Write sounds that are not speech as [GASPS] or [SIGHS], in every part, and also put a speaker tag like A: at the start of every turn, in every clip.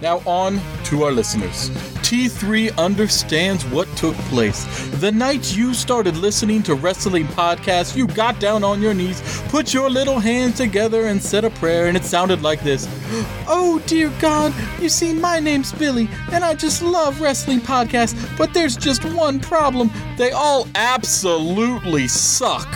A: Now, on to our listeners. T3 understands what took place. The night you started listening to wrestling podcasts, you got down on your knees, put your little hands together, and said a prayer, and it sounded like this [GASPS] Oh, dear God, you see, my name's Billy, and I just love wrestling podcasts, but there's just one problem they all absolutely suck.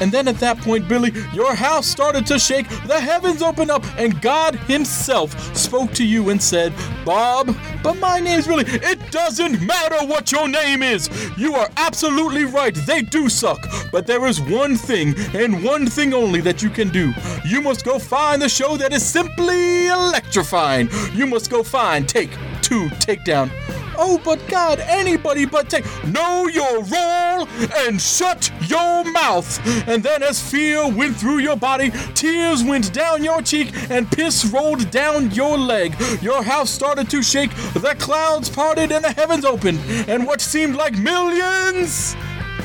A: And then at that point, Billy, your house started to shake, the heavens opened up, and God Himself spoke to you and said, Bob, but my name's Billy. It doesn't matter what your name is. You are absolutely right. They do suck. But there is one thing, and one thing only, that you can do. You must go find the show that is simply electrifying. You must go find Take Two Takedown. Oh, but God, anybody but take. Know your role and shut your mouth. And then, as fear went through your body, tears went down your cheek, and piss rolled down your leg. Your house started to shake, the clouds parted, and the heavens opened. And what seemed like millions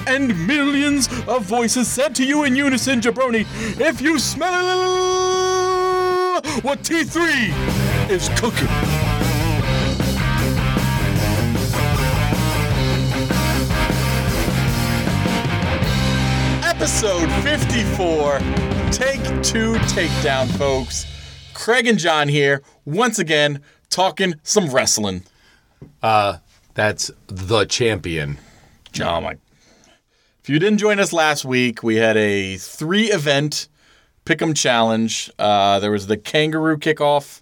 A: and millions of voices said to you in unison, Jabroni, if you smell what T3 is cooking. episode 54 take two takedown folks craig and john here once again talking some wrestling
B: Uh, That's the champion.
A: john like Oh if you didn't join us last week we had a three event pick'em challenge uh, there was the kangaroo kickoff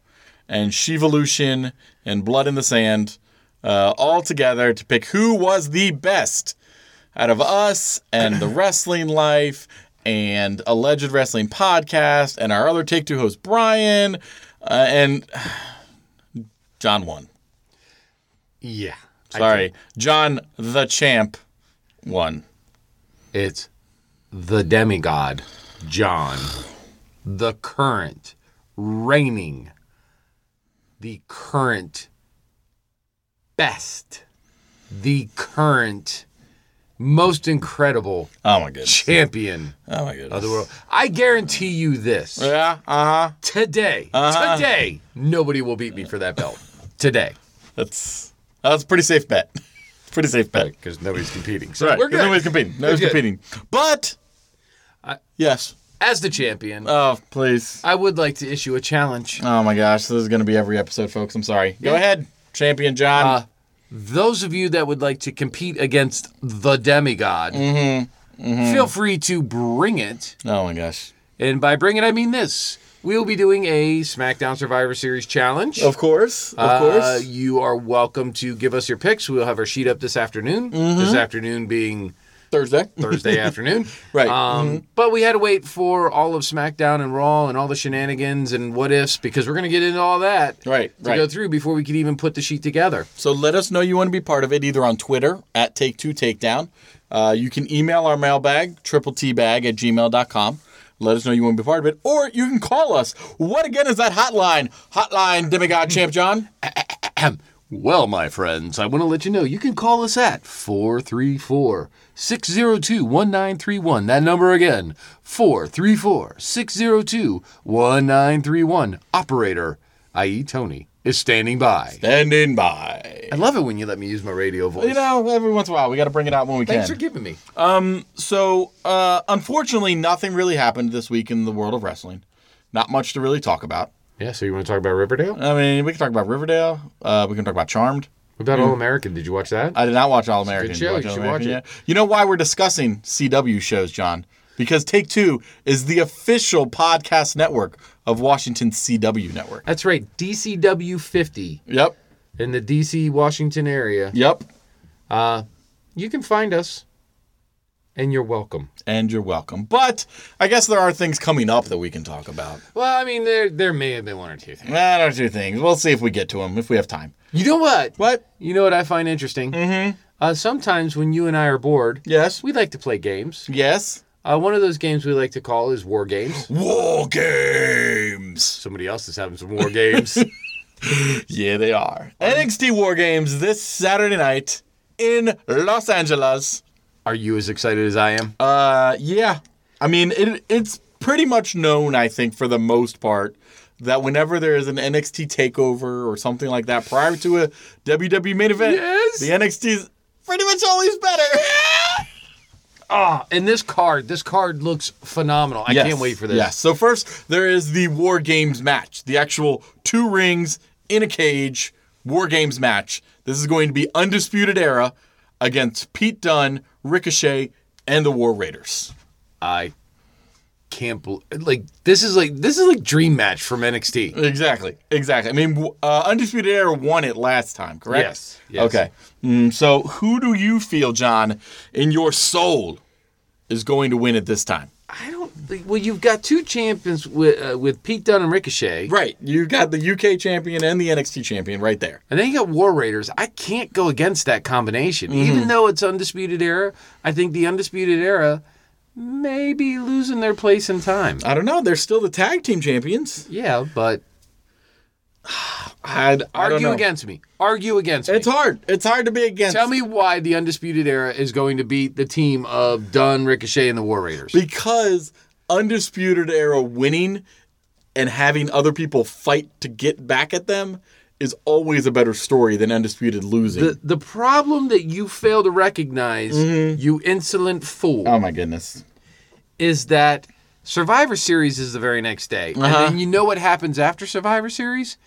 A: and shevolution and blood in the sand uh, all together to pick who was the best out of us and
B: [CLEARS THROAT]
A: the wrestling life and alleged wrestling podcast and our other take two host Brian uh, and [SIGHS] John won.
B: Yeah. I
A: Sorry, John the champ won.
B: think It's the demigod, John, the current, reigning, the current best, the current most incredible
A: Oh my goodness!
B: champion
A: Oh my goodness!
B: of the world. I guarantee you this
A: Yeah, uh huh.
B: today,
A: Uh-huh.
B: today, nobody will beat me for that belt. Today.
A: That's that's a pretty safe bet. [LAUGHS] pretty safe bet.
B: Because nobody's competing. So
A: Right.
B: we're good.
A: Nobody's competing. Nobody's
B: good.
A: competing. But yes.
B: As the champion,
A: Oh please.
B: I would like to issue a challenge.
A: Oh my gosh, this is gonna be every episode, folks. I'm sorry. Go ahead, champion John.
B: Uh, Those of you that would like to compete against the demigod,
A: Mm-hmm,
B: feel free to bring it.
A: oh my gosh.
B: And by bring it, I mean this. We'll be doing a SmackDown Survivor Series challenge.
A: Of course, of
B: Uh,
A: course.
B: you are welcome to give us your picks. We'll have our sheet up this afternoon.
A: Mm-hmm.
B: This afternoon being
A: Thursday. [LAUGHS]
B: Thursday afternoon.
A: Right. Mm-hmm.
B: Um, But we had to wait for all of SmackDown and Raw and all the shenanigans and what ifs because we're going to get into all that
A: Right,
B: to
A: right.
B: go through before we could even put the sheet together.
A: So let us know you want to be part of it either on Twitter at Take Two Takedown. Uh, you can email our mailbag, triple tbag at gmail.com. Let us know you want to be part of it. Or you can call us. What again is that hotline? Hotline Demigod Champ [LAUGHS] John?
B: Well, my friends, I want to let you know you can call us at 434 602 1931. That number again 434 602 1931. Operator, i.e., Tony, is standing by.
A: Standing by.
B: I love it when you let me use my radio voice.
A: You know, every once in a while, we got to bring it out when we
B: Thanks for
A: can.
B: giving me.
A: so, uh, unfortunately, nothing really happened this week in the world of wrestling. Not much to really talk about.
B: Yeah, so you want to talk about Riverdale?
A: I mean, we can talk about Riverdale. Uh, we can talk about Charmed.
B: What about All American? Did you watch that?
A: I did not watch All American.
B: It's a good show.
A: Did
B: You should
A: All-American
B: watch it.
A: yet? You know why we're discussing CW shows, John? Because Take Two is the official podcast network of Washington CW Network.
B: That's right, DCW 50
A: Yep.
B: in the DC Washington area.
A: Yep.
B: You can find us, and you're welcome.
A: And you're welcome. But I guess there are things coming up that we can talk about.
B: Well, I mean, there there may have been one or two things.
A: That are two things. We'll see if we get to them if we have time.
B: You know what?
A: What?
B: You know what I find interesting? Mm-hmm. Uh, sometimes when you and I are bored,
A: Yes.
B: we like to play games.
A: Yes.
B: Uh, one of those games we like to call is
A: [LAUGHS]
B: war games.
A: War games.
B: Somebody else is having some
A: [LAUGHS]
B: war games.
A: Yeah, they are. NXT War Games this Saturday night in Los Angeles.
B: Are you as excited as I am?
A: Uh, yeah. I mean, it it's pretty much known, I think, for the most part, that whenever there is an NXT takeover or something like that prior to a WWE main event,
B: Yes.
A: the NXT is pretty much always better.
B: Ah, and this card, this card looks phenomenal. I
A: Yes,
B: can't wait for this.
A: Yes. So first, there is the War Games match, the actual two rings in a cage War Games match. This is going to be Undisputed Era against Pete Dunne, Ricochet, and the War Raiders.
B: I can't believe like this is like this is like dream match from
A: Uh,
B: NXT.
A: Exactly. Exactly. I mean, w- uh, Undisputed Era won it last time, correct?
B: Yes, yes.
A: Okay. Mm, so, who do you feel, John, in your soul, is going to win it this time?
B: I don't think. Well, you've got two champions with uh, with Pete Dunne and Ricochet,
A: Right. You got the UK champion and the NXT champion right there.
B: and then you got War Raiders. I can't go against that combination,
A: Mm-hmm.
B: even though it's Undisputed Era. I think the Undisputed Era may be losing their place in time.
A: I don't know. They're still the tag team champions.
B: Yeah, but
A: I'd, I don't
B: argue
A: know.
B: against me. Argue against
A: It's
B: me.
A: hard. It's hard to be against.
B: Tell me why the Undisputed Era is going to beat the team of Dunn, Ricochet, and the War Raiders.
A: Because Undisputed Era winning and having other people fight to get back at them is always a better story than Undisputed losing.
B: The the problem that you fail to recognize, you insolent fool,
A: Mm-hmm. oh my goodness.
B: is that Survivor Series is the very next day, and
A: Uh-huh.
B: then you know what happens after Survivor Series?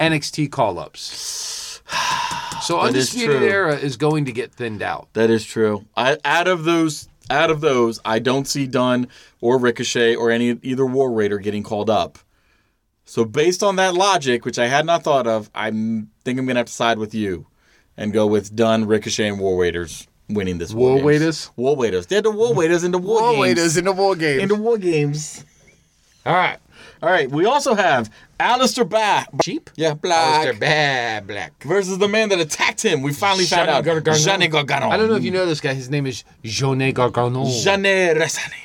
B: NXT call ups.
A: [SIGHS]
B: So
A: That is
B: Undisputed
A: true.
B: Era is going to get thinned out.
A: That is true. I, out of those, out of those, I don't see Dunn or Ricochet or any either War Raider getting called up. So based on that logic, which I had not thought of, I am think I'm gonna have to side with you, and go with Dunn, Ricochet, and War Raiders winning this.
B: War
A: Games.
B: Raiders?
A: War Raiders. They're the War Raiders in the War, Games.
B: in the war game.
A: in the War Games.
B: All right,
A: All right. We also have Alistair Black.
B: cheap.
A: Yeah, Black
B: Mr. Bad Black.
A: versus the man that attacked him. We finally found out.
B: Johnny Gargano.
A: Johnny Gargano.
B: I don't know if you know this guy. His name is Johnny Gargano.
A: Jane Resanin.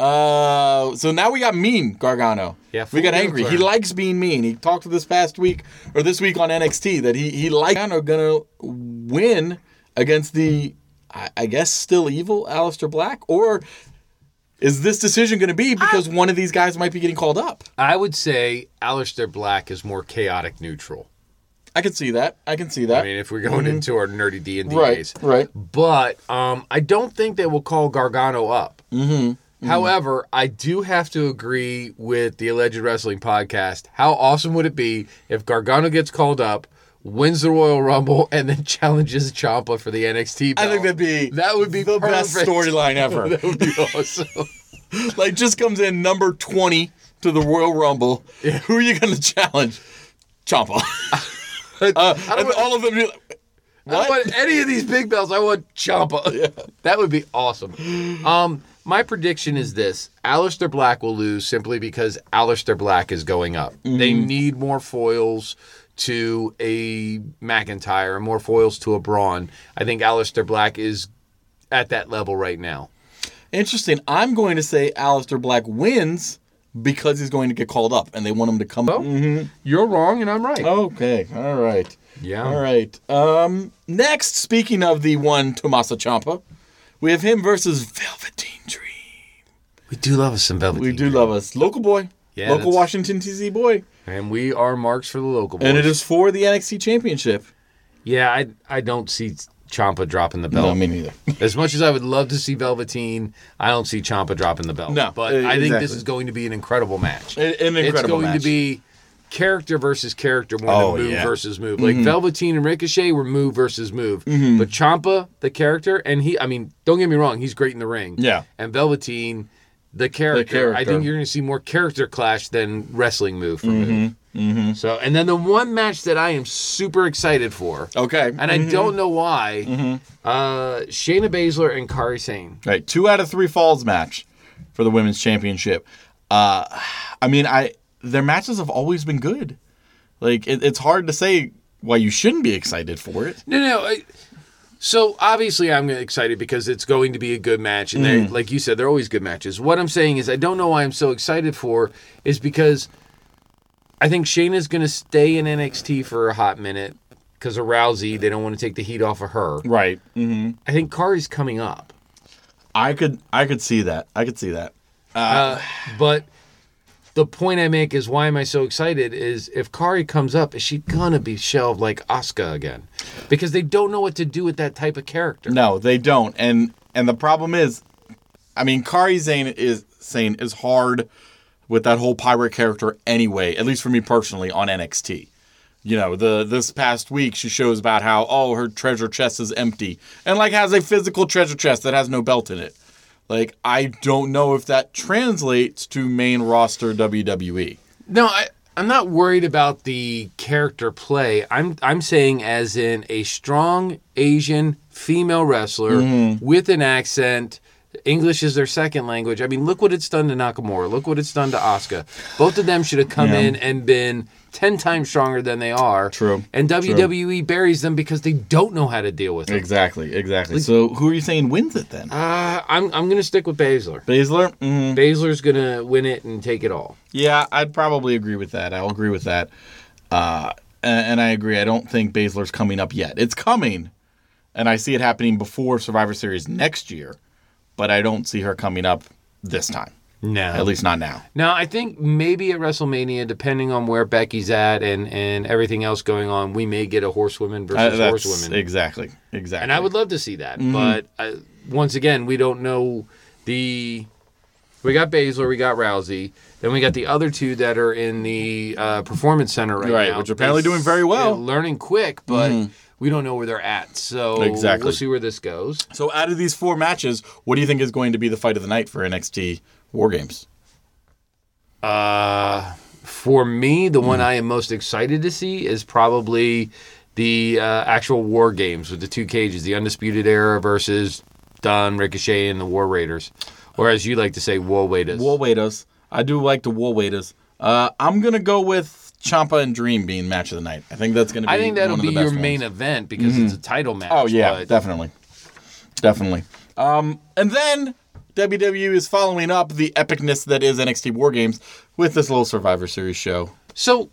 A: Uh, so now we got mean Gargano.
B: Yeah,
A: we got
B: full
A: angry. He
B: nuclear.
A: likes being mean. He talked this past week or this week on NXT that he he likes Gargano gonna win against the I, I guess still evil Alistair Black or is this decision going to be because one of these guys might be getting called up?
B: I would say Aleister Black is more chaotic neutral.
A: I can see that. I can see that.
B: I mean, if we're going into our nerdy D and
A: Mm-hmm.
B: D
A: right,
B: days,
A: right.
B: but um, I don't think they will call Gargano up. Mm-hmm. However, I do have to agree with the alleged wrestling podcast. How awesome would it be if Gargano gets called up, wins the Royal Rumble, and then [LAUGHS] challenges Ciampa for the NXT?
A: I
B: Belt?
A: think that'd be
B: that [LAUGHS] would be
A: the best
B: perfect.
A: storyline ever. [LAUGHS]
B: That would be [LAUGHS] awesome.
A: like just comes in number 20 to the Royal Rumble. Who are you going to challenge? Champa. [LAUGHS] uh, and
B: want-
A: all of them. be like,
B: I
A: What?
B: don't want any of these big belts. I want Champa.
A: [LAUGHS]
B: [LAUGHS] That would be awesome. Um, my prediction is this: Alistair Black will lose simply because Alistair Black is going up. They
A: Mm-hmm.
B: need more foils to a McIntyre, more foils to a Braun. I think Alistair Black is at that level right now.
A: Interesting. I'm going to say Alistair Black wins because he's going to get called up, and they want him to come.
B: You're wrong, and I'm right.
A: Okay. All right.
B: Yeah.
A: Oh. All right. Um. Next, speaking of the one Tommaso Champa, we have him versus Velveteen Dream.
B: We do love us some velvet,
A: We do love us, local boy,
B: Yeah,
A: local
B: that's-
A: Washington D.C. boy,
B: and we are marks for the local. Boys.
A: and it is for the NXT Championship.
B: Yeah, I I don't see Champa dropping the belt.
A: me neither.
B: As much as I would love to see Velveteen, I don't see Champa dropping the belt.
A: No,
B: but
A: e-
B: I think this
A: exactly.
B: is going to be an incredible match.
A: An, an incredible
B: it's going
A: match.
B: to be character versus character more
A: Oh,
B: than move
A: yeah.
B: versus move. Like Velveteen and Ricochet were move versus move,
A: Mm-hmm.
B: but Champa the character and he, I mean, don't get me wrong, he's great in the ring.
A: Yeah.
B: and Velveteen the character. I
A: character.
B: think you're going to see more character clash than wrestling move for
A: Mm-hmm.
B: move. So, and then the one match that I am super excited for.
A: okay.
B: And I don't know why. Uh, Shayna Baszler and Kari Sane.
A: right, two out of three falls match for the women's championship. Uh, I mean, I their matches have always been good. Like it, it's hard to say why you shouldn't be excited for it.
B: No, no. I, so obviously, I'm excited because it's going to be a good match, and they, like you said, they're always good matches. What I'm saying is, I don't know why I'm so excited for is because I think Shayna's going to stay in NXT for a hot minute. because of Rousey, they don't want to take the heat off of her.
A: Right. hmm
B: I think Kari's coming up,
A: I could I could see that. I could see that.
B: but the point I make is why am I so excited? Is if Kari comes up, is she gonna be shelved like Asuka again? Because they don't know what to do with that type of character.
A: No, they don't. And and the problem is, I mean, Kari Zane is Sane is hard with that whole pirate character anyway. At least for me personally on NXT. You know, the this past week she shows about how oh her treasure chest is empty and like has a physical treasure chest that has no belt in it. Like I don't know if that translates to main roster E. WWE.
B: No, I, I'm not worried about the character play. I'm I'm saying as in a strong Asian female wrestler
A: Mm-hmm.
B: with an accent. English is their second language. I mean, look what it's done to Nakamura. Look what it's done to Asuka. Both of them should have come
A: Yeah.
B: in and been ten times stronger than they are.
A: True.
B: And WWE buries them because they don't know how to deal with it.
A: Exactly, exactly. So who are you saying wins it then?
B: Uh, I'm I'm gonna stick with Baszler.
A: Baszler? Mm,
B: Baszler's gonna win it and take it all.
A: yeah, I'd probably agree with that. I'll agree with that. Uh, a- and, I agree. I don't think Baszler's coming up yet. It's coming, and I see it happening before Survivor Series next year, but I don't see her coming up this time.
B: No.
A: At least not now.
B: Now, I think maybe at WrestleMania, depending on where Becky's at and, and everything else going on, we may get a horsewoman
A: Uh, that's-
B: versus
A: Mm-hmm.
B: horsewoman.
A: Exactly, exactly.
B: and I would love to see that. But uh once again, we don't know the. We got Baszler, we got Rousey, then we got the other two that are in the uh, Performance Center right,
A: Right,
B: now.
A: which are apparently doing very well. Mm-hmm.
B: They're learning quick, but we don't know where they're at. So
A: Exactly.
B: we'll see where this goes.
A: So out of these four matches, what do you think is going to be the fight of the night for NXT War Games?
B: Uh, for me, the
A: Hmm.
B: one I am most excited to see is probably the uh, actual War Games with the two cages, the Undisputed Era versus Don Ricochet and the War Raiders, or as you like to say, War Raiders.
A: Wool waiters. I do like the wool waiters. Uh, I'm gonna go with Champa and Dream being match of the night. I think that's gonna. be
B: I think that'll
A: one of
B: be
A: the
B: your
A: best
B: main
A: ones.
B: event because it's a title match.
A: Oh yeah,
B: but
A: definitely, definitely. Um, and then WWE is following up the epicness that is NXT War Games with this little Survivor Series show.
B: So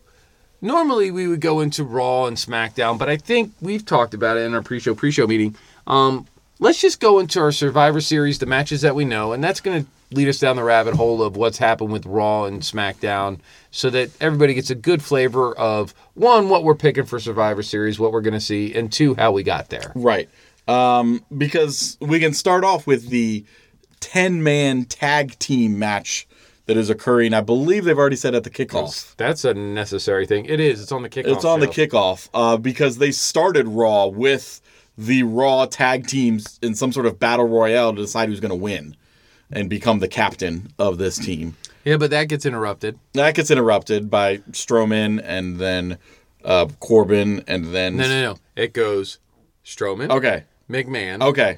B: normally we would go into Raw and SmackDown, but I think we've talked about it in our pre-show pre-show meeting. Um, let's just go into our Survivor Series, the matches that we know, and that's going to lead us down the rabbit hole of what's happened with Raw and SmackDown, so that everybody gets a good flavor of one what we're picking for Survivor Series, what we're going to see, and two how we got there.
A: Right. Um, because we can start off with the 10 man tag team match that is occurring. I believe they've already said at the kickoff.
B: That's a necessary thing. It is. It's on the kickoff.
A: It's on the
B: Oh, show.
A: kickoff uh, because they started Raw with the Raw tag teams in some sort of battle royale to decide who's going to win and become the captain of this team.
B: Yeah, but that gets interrupted.
A: That gets interrupted by Strowman and then uh, Corbin and then.
B: No, no, no. It goes Strowman,
A: Okay.
B: McMahon,
A: Okay.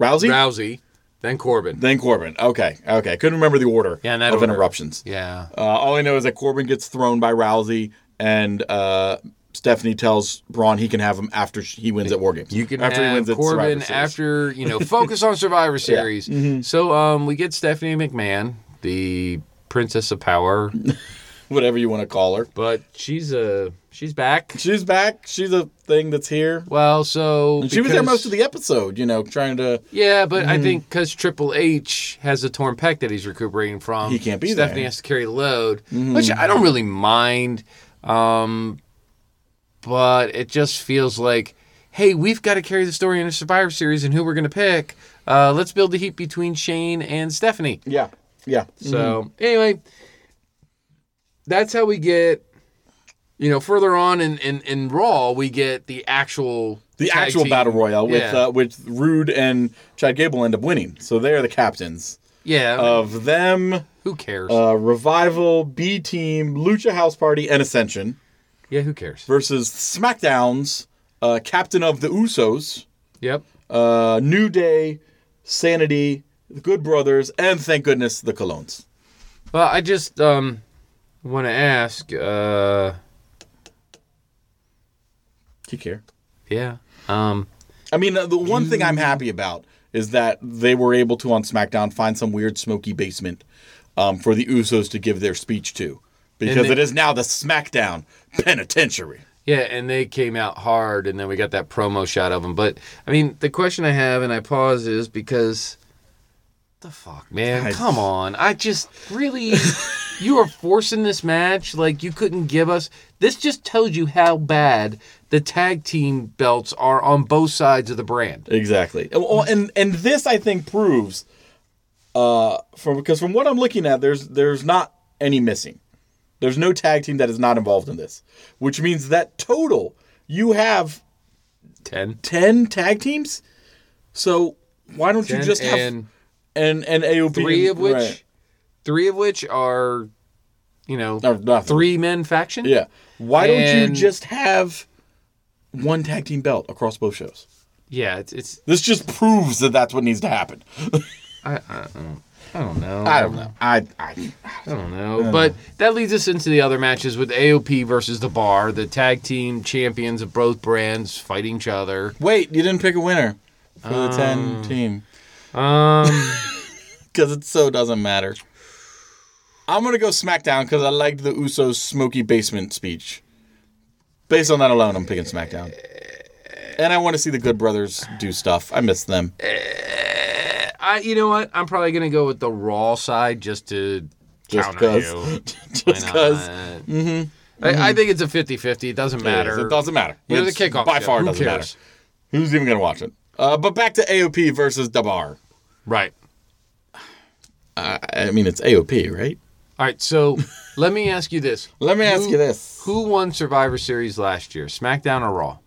A: Rousey?
B: Rousey, then Corbin.
A: then Corbin. Okay. Okay. Couldn't remember the order
B: Yeah, in that
A: of
B: order.
A: interruptions.
B: Yeah.
A: Uh, all I know is that Corbin gets thrown by Rousey, and uh, Stephanie tells Braun he can have him after sh- he wins at War Games.
B: You can
A: after
B: have
A: at Survivor
B: Corbin
A: Series. Mm-hmm.
B: after you know focus
A: [LAUGHS]
B: on Survivor Series. So um, we get Stephanie McMahon, the Princess of Power,
A: whatever you want to call her.
B: but she's uh, she's back.
A: She's back. She's a thing that's here.
B: Well, so
A: she was there most of
B: the
A: the episode, you know, trying to.
B: yeah, but
A: Hmm.
B: I think because Triple H has a torn pec that he's recuperating from,
A: He can't be there. Hmm.
B: Stephanie has to carry the load, which I don't really mind, um, but it just feels like. Hey, we've got to carry the story in a Survivor Series and who we're going to pick. Uh, let's build the heat between Shane and Stephanie.
A: Yeah, yeah.
B: So anyway, that's how we get. You know, further on in in, in Raw, we get the actual
A: The
B: tag
A: actual
B: team.
A: battle royale with
B: Yeah.
A: uh, with Rude and Chad Gable end up winning, so they're the captains
B: Yeah,
A: of them.
B: who cares?
A: Uh, Revival, B Team, Lucha House Party, and Ascension.
B: yeah, who cares?
A: versus SmackDown's uh, captain of the Usos,
B: Yep.
A: uh, New Day, Sanity, the Good Brothers, and thank goodness the Colones.
B: Well, I just um want to ask. uh
A: Do you care?
B: Yeah. Um.
A: I mean, uh, the one thing I'm happy about is that they were able to on SmackDown find some weird smoky basement um, for the Usos to give their speech to, because
B: And they-
A: it is now the SmackDown Penitentiary.
B: Yeah, and they came out hard, and then we got that promo shot of them. But I mean, the question I have, and I pause, is because the fuck, man,
A: I-
B: come on! I just really, [LAUGHS] you are forcing this match like you couldn't give us. This just tells you how bad the tag team belts are on both sides of the brand.
A: Exactly. Well, and and this I think proves, uh, from because from what I'm looking at, there's there's not any missing. There's no tag team that is not involved in this, which means that total you have
B: Ten,
A: ten tag teams. So why don't
B: ten,
A: you just have
B: and
A: and and AOP
B: three of which,
A: right.
B: three of which are, you know,
A: Or nothing.
B: three men faction.
A: Yeah. Why don't you
B: And-
A: just have one tag team belt across both shows?
B: yeah. It's, it's
A: This just proves that that's what needs to happen.
B: I, I, don't- I don't know.
A: I don't know. I, I
B: I don't know. But that leads us into the other matches with AOP versus The Bar, the tag team champions of both brands fighting each other.
A: Wait, you didn't pick a winner for the 10 team. [LAUGHS]
B: Um,
A: Because it so doesn't matter. I'm going to go SmackDown because I liked the Usos' smoky basement speech. Based on that alone, I'm picking SmackDown. And I want to see the Good Brothers do stuff. I miss them.
B: I, you know what? I'm probably gonna go with the Raw side just to
A: Just
B: counter
A: because. [LAUGHS]
B: you. Why
A: Just
B: not? Mm-hmm.
A: because.
B: I, I think it's a 50-50. It doesn't matter.
A: It doesn't matter.
B: You know, the
A: It's-
B: kickoff
A: By
B: show.
A: far, it
B: Who
A: doesn't
B: cares?
A: matter. Who's even going to watch it? Uh, but back to AOP versus Dabar.
B: Right.
A: I, I mean, it's AOP, right?
B: All
A: [LAUGHS]
B: right. So let me ask you this:
A: Let me ask you this.
B: Who won Survivor Series last year? SmackDown or Raw?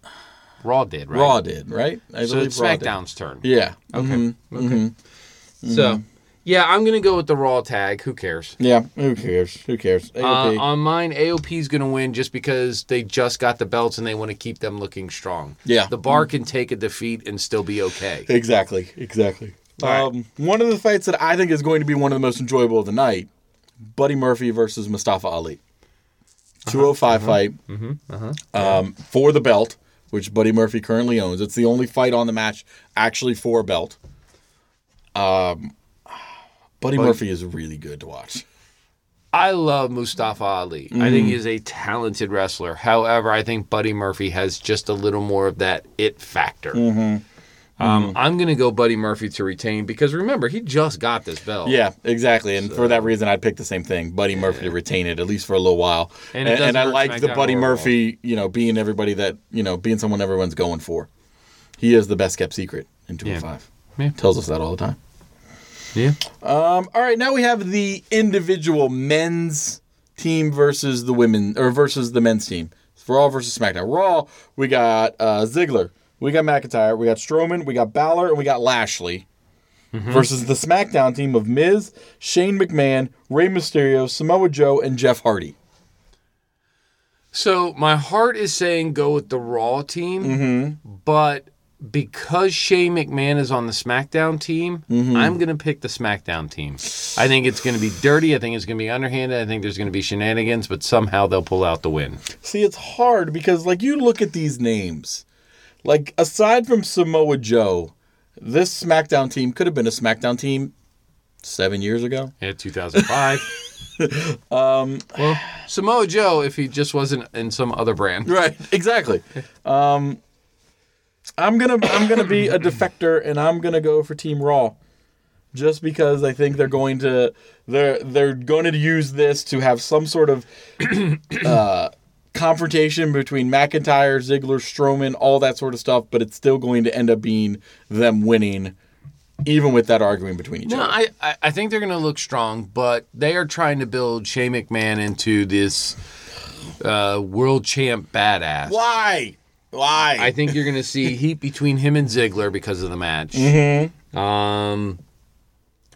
B: Raw did, right?
A: Raw did, right? I
B: So it's
A: Raw did.
B: SmackDown's turn.
A: Yeah. Mm-hmm.
B: Okay. Okay. So, yeah, I'm gonna go with the Raw tag.
A: [LAUGHS]
B: Who cares?
A: Yeah, who cares? Who cares?
B: Uh,
A: AOP.
B: on mine, AOP's gonna win just because they just got the belts and they want to keep them looking strong.
A: Yeah.
B: the bar can take a defeat and still be okay.
A: exactly, exactly.
B: right.
A: Um, one of the fights that I think is going to be one of the most enjoyable of the night: Buddy Murphy versus Mustafa Ali. Two hundred five fight Um, for the belt, which Buddy Murphy currently owns. It's the only fight on the match actually for a belt. Um, Buddy Murphy is really good to watch.
B: I love Mustafa Ali. I think he's a talented wrestler. However, I think Buddy Murphy has just a little more of that it factor. Um, I'm gonna go Buddy Murphy to retain because remember he just got this belt.
A: Yeah, exactly. And for that reason, I picked the same thing, Buddy Murphy to retain it at least for a little while. And,
B: And it
A: and,
B: doesn't
A: I
B: hurt
A: like the
B: SmackDown
A: Buddy
B: or Raw.
A: Murphy, you know, being everybody that you know, being someone everyone's going for. He is the best kept secret in two and five.
B: Yeah.
A: Tells us that all the time.
B: yeah.
A: Um, all right, now we have the individual men's team versus the women or versus the men's team. Raw versus SmackDown. Raw, we got uh, Ziggler, we got McIntyre, we got Strowman, we got Balor, and we got Lashley. Versus the SmackDown team of Miz, Shane McMahon, Rey Mysterio, Samoa Joe, and Jeff Hardy.
B: So my heart is saying go with the Raw team, but because Shane McMahon is on the SmackDown team, I'm going to pick the SmackDown team. I think it's going to be dirty. I think it's going to be underhanded. I think there's going to be shenanigans, but somehow they'll pull out the win.
A: See, it's hard because like you look at these names, like aside from Samoa Joe, this SmackDown team could have been a SmackDown team seven years ago.
B: Yeah, 2005. [LAUGHS] um, well, Samoa Joe, if he just wasn't in some other brand.
A: Right. Exactly. Um, I'm gonna I'm gonna be a defector, and I'm gonna go for Team Raw, just because I think they're going to they're they're going to use this to have some sort of uh, confrontation between McIntyre, Ziggler, Strowman, all that sort of stuff. But it's still going to end up being them winning, even with that arguing between each
B: No,
A: other.
B: I, I I think they're going to look strong, but they are trying to build Shane McMahon into this uh, world champ badass.
A: Why? Why?
B: I think you're going to [LAUGHS] see heat between him and Ziggler because of the match.
A: Mm-hmm.
B: Um,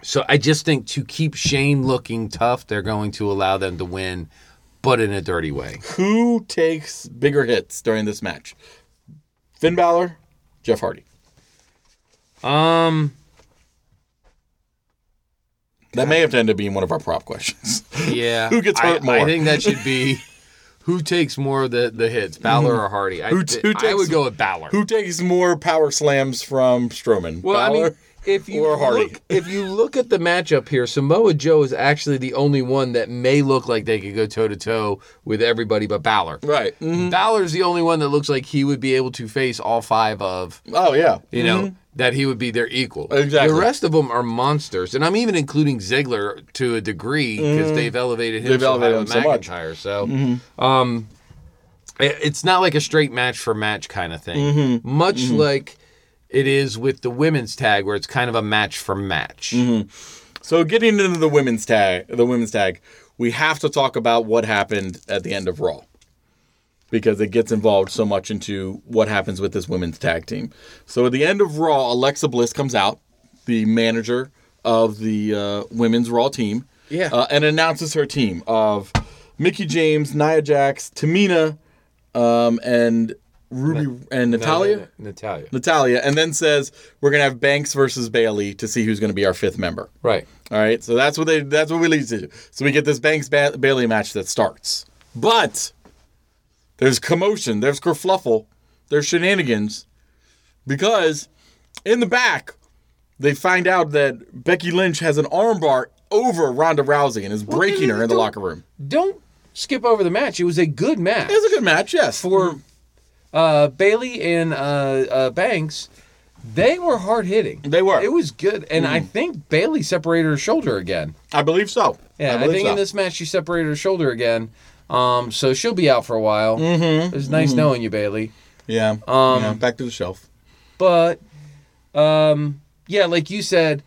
B: so I just think to keep Shane looking tough, they're going to allow them to win, but in a dirty way.
A: Who takes bigger hits during this match? Finn Balor, Jeff Hardy.
B: Um,
A: That may have to end up being one of our prop questions. [LAUGHS]
B: yeah.
A: Who gets hurt
B: I, I
A: more?
B: think that should be who takes more of the, the hits, Balor or Hardy. I,
A: Who t- who
B: I would
A: takes-
B: go with Balor.
A: Who takes more power slams from Strowman?
B: well, I mean,
A: Balor?
B: if you
A: Or Hardy.
B: look, if you look at the matchup here, Samoa Joe is actually the only one that may look like they could go toe to toe with everybody but Balor.
A: Right. Mm-hmm.
B: Balor's the only one that looks like he would be able to face all five of
A: Oh yeah.
B: you know that he would be their equal.
A: Exactly.
B: The rest of them are monsters, and I'm even including Ziggler to a degree because they've elevated him
A: Mm. They've
B: so
A: elevated
B: high
A: him
B: with
A: so much. Mm-hmm.
B: McIntyre. So, um, it- it's not like a straight match for match kind of thing.
A: Mm-hmm.
B: Much like it is with the women's tag, where it's kind of a match for match.
A: Mm-hmm. So getting into the women's tag, the women's tag, we have to talk about what happened at the end of Raw because it gets involved so much into what happens with this women's tag team. So at the end of Raw, Alexa Bliss comes out, the manager of the uh, women's Raw team,
B: Yeah.
A: uh, and announces her team of Mickey James, Nia Jax, Tamina, um, and Ruby and Natalia.
B: Natalia,
A: Natalia, and then says we're gonna have Banks versus Bailey to see who's gonna be our fifth member.
B: right?
A: All right, so that's what they that's what we lead to. So we get this Banks ba- Bailey match that starts, but there's commotion, there's kerfluffle, there's shenanigans, because in the back they find out that Becky Lynch has an armbar over Ronda Rousey and is breaking her in the locker room.
B: Don't skip over the match. It was a good match.
A: It was a good match, yes.
B: for uh, Bailey and uh, uh, Banks, they were hard hitting.
A: They were. Mm.
B: It was good, and I think Bailey separated her shoulder again.
A: I believe so.
B: Yeah, I,
A: believe
B: think
A: so.
B: in this match she separated her shoulder again. Um, so she'll be out for a while. Mm-hmm. It was nice knowing you, Bailey.
A: yeah,
B: Um,
A: yeah, back to the shelf.
B: But um, yeah, like you said,